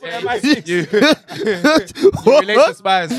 *laughs* you, What? relate *laughs* to spies.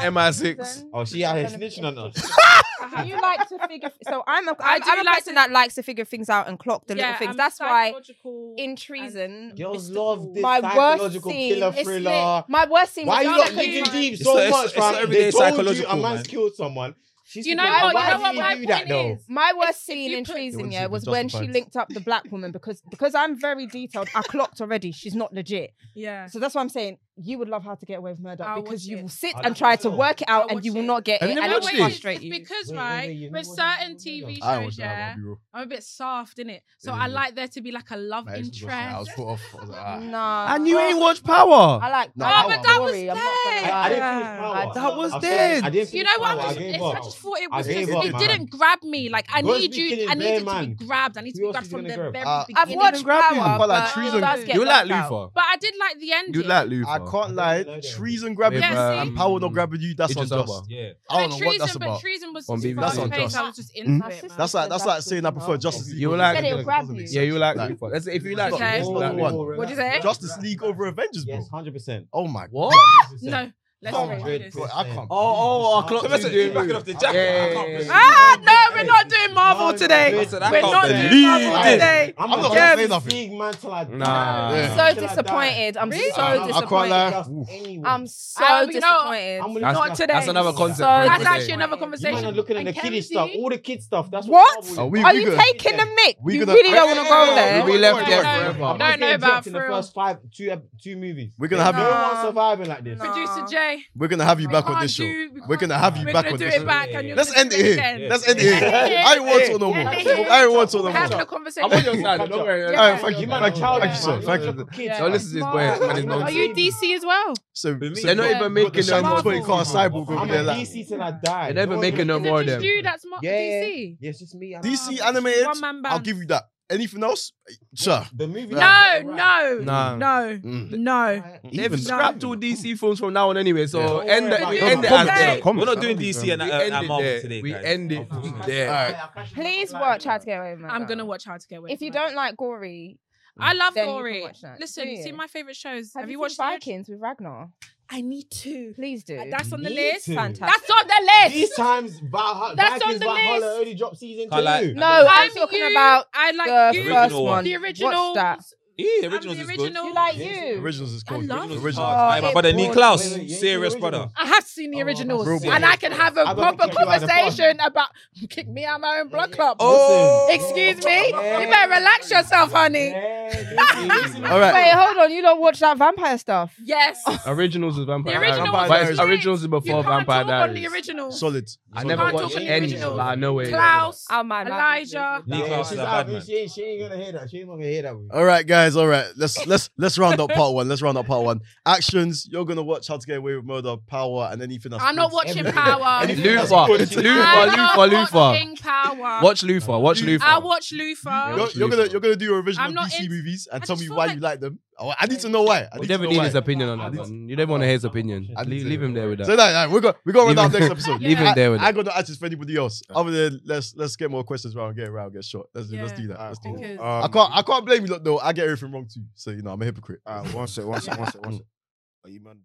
MI6. Season. Oh, she out here snitching on us. Do you like to figure? So I'm a, I I'm, do I'm a like person that likes to figure things out and clock the little things. I'm That's why psychological in and- treason, Girls Mystical. love this my worst psychological scene. killer it's lit. thriller. My worst scene. Why was you not not like digging you- deep It's so not- it's- much, it's fam? not everyday they told psychological, you a man. man's killed someone. She's You know thinking, what? Why You know did what? My do point that though? is, My worst If- if scene you in put- Treason, wouldn't yeah, even was when she justify it. linked up the black woman because because I'm very detailed. I clocked already. She's not legit. yeah. So that's why I'm saying you would love How to Get Away with Murder I'll because watch you it. will sit I'll and watch try it. to work it out I'll and you watch will it. not get Have it you and never it watched will Wait, it? frustrate you. Because Wait, wait, right wait, you with know what I'm certain saying? TV I was shows, yeah. yeah, I'll be real. I'm a bit soft in it. So Yeah. I like there to be like a love Nah, it's just interest. watching it. I was put off. I was like, ah. No. And you ain't watched Power. I like No, I but like that was Glory, I'm not gonna dead. lie. I didn't finish Yeah. Power. That was I'm sorry, dead. I didn't you know finish what? Power. I'm just, I it's, gave I up. just thought it I was gave just, up, it man. didn't grab me. Like I Girls need be you, killing I needed bare to be man. grabbed. I need to Who be else grabbed is from gonna the grab? very Uh, beginning. I've watched grab you. Power, Quite like but Treason. it does get You like knocked out. Luther. but I did like the ending. You like Um, Luther. I can't lie. Treason grabbing Yeah, you see? and power not grabbing you. That's Idris unjust. Elba. Yeah. I don't but know treason, what that's about. But treason was On just BBC. fast paced. I That's was just into My it. sister Man. That's like that's like does saying as I prefer well. Justice League. You over like- Said it'll Justice grab League. you. Yeah, you like Like- Luther. Let's say if you like It's not Okay. the Oh, number Luther. one. oh, What'd you say? Justice League over Avengers, bro. Yes, hundred percent. Oh my What? god. No, let's Oh not my do this. god. I can't. Oh, oh, I So clocked listen, you you're doing backing it. off the jack. Yeah, I yeah, can't yeah, believe yeah. it. Ah no, we're not doing Marvel today. Listen, I We're can't not believe doing it. Marvel Right. today. I'm I'm not not gonna gonna say say nothing. nothing, man, till I die. Nah. Yeah. I'm Till I so die. disappointed. I'm Really? so I- I quite disappointed. like- Trust Oof. anyone. I'm I- so you know, disappointed. I'm That's- Not today. That's another So concept. That's disappointed. actually another You man are conversation. looking at the And Kennedy? kiddie stuff. All the kid stuff. That's What? Marvel is. Are we- Are we you good? taking the mick? We you gonna- really don't Hey, want to hey, hey, go there. we left No, there forever. no. I'm just getting know about dropped in the Thrill. first five, two, ep- two movies. We're gonna have no you. Nah. one surviving like this. Nah. Producer J, We're gonna have you back on can't this show. do- we We're can't- gonna have you we're back gonna on do this it show. back. and you're Let's gonna end do it again. here. Let's end it here. *laughs* I ain't want to no more. End it here. I ain't want to no We're more. having a I'm on conversation. your side. Don't worry. All right, thank You you. man are Thank you, childish, sir. man. Thank You're you. little kids, Yeah. Don't man. listen to this boy. Man, he's Are nonsense. you DC as well? So, For me, so They're not you Yeah. even got the making no Shaman Marvel. more. 20 car cyborg over I'm there. at Like, DC till I die. They're never No making no one- more Is it then. just you that's not Yeah. DC? Yeah, it's just me. I'm- DC Oh, animated, one man I'll band. give you that. Anything else, sir? The movie. No, no, Nah. no, Mm. no. They've Even scrapped all DC films from now on anyway. So Yeah. end it. Don't We worry end it as about it. there. We're not doing DC and We uh, end and it Marvel there. today, We guys. Oh, end it Unfortunately. there. Please watch How to Get Away with Murder. I'm gonna watch How to Get Away. If with you Murder. don't like gory, I love then you can Gory. watch that. Listen, Do you see you? my favorite shows. have, you, watched seen Vikings with Ragnar? I need to. Please do. That's on the Need list. to. That's on the list. These times, Valhalla, That's on Vikings the Valhalla list. early drop season Can't lie. two. No, I'm I'm talking you. about I like the you. The first original one. one. The original. What's that? Yeah, originals the is good. original. You like you. Originals is cool. love Originals. Aye, my it brother, Nick bored Klaus, me. You ain't seen serious the brother. original. I have seen the originals, that's real and boy. I can have a I'm gonna proper kick you out of the pod. conversation about kick me out my own blood club. Oh, Excuse me, you better relax yourself, honey. *laughs* All right. Wait, hold on. You don't watch that vampire stuff. Yes, Originals is Vampire The Diaries. original Vampire But it's Diaries. originals is you before can't Vampire talk on the Diaries. original. Solid. I You never can't watched talk on the any, original. but I know it. Klaus, Oh man, Elijah. Nick Klaus is a bad man. She ain't, she ain't gonna hear that. She ain't gonna hear that. With All right, guys. All right. Let's let's let's round up part one. Let's round up part one. Actions. You're gonna watch How to Get Away with Murder, Power, and anything that's I'm not good. watching Everything. Power. Anything that's Lufa, good. I'm Lufa, not Lufa, Lufa. watching Power. Watch Lufa, watch Lufa. I Lufa. watch Lufa. You're, watch you're gonna Lucifer. you're gonna do your original I'm not DC in- movies and I tell just me feel why like- you like them. I, I need to know why. I We need to know definitely need why. his opinion on that one. You don't want to hear his opinion. I need Leave, to- leave him there with So that. no, no, we're gonna we're gonna run Leave down him- *laughs* next episode. leave him I, there with I got no answers for anybody else. Other than let's let's get more questions round, get around, get shot. Let's do let's Yeah. do that. Let's do that. Because- Um, I can't I can't blame you lot though. I get everything wrong too. So you know I'm a hypocrite. Um, All right, one sec, one sec, one sec, one sec. Are you man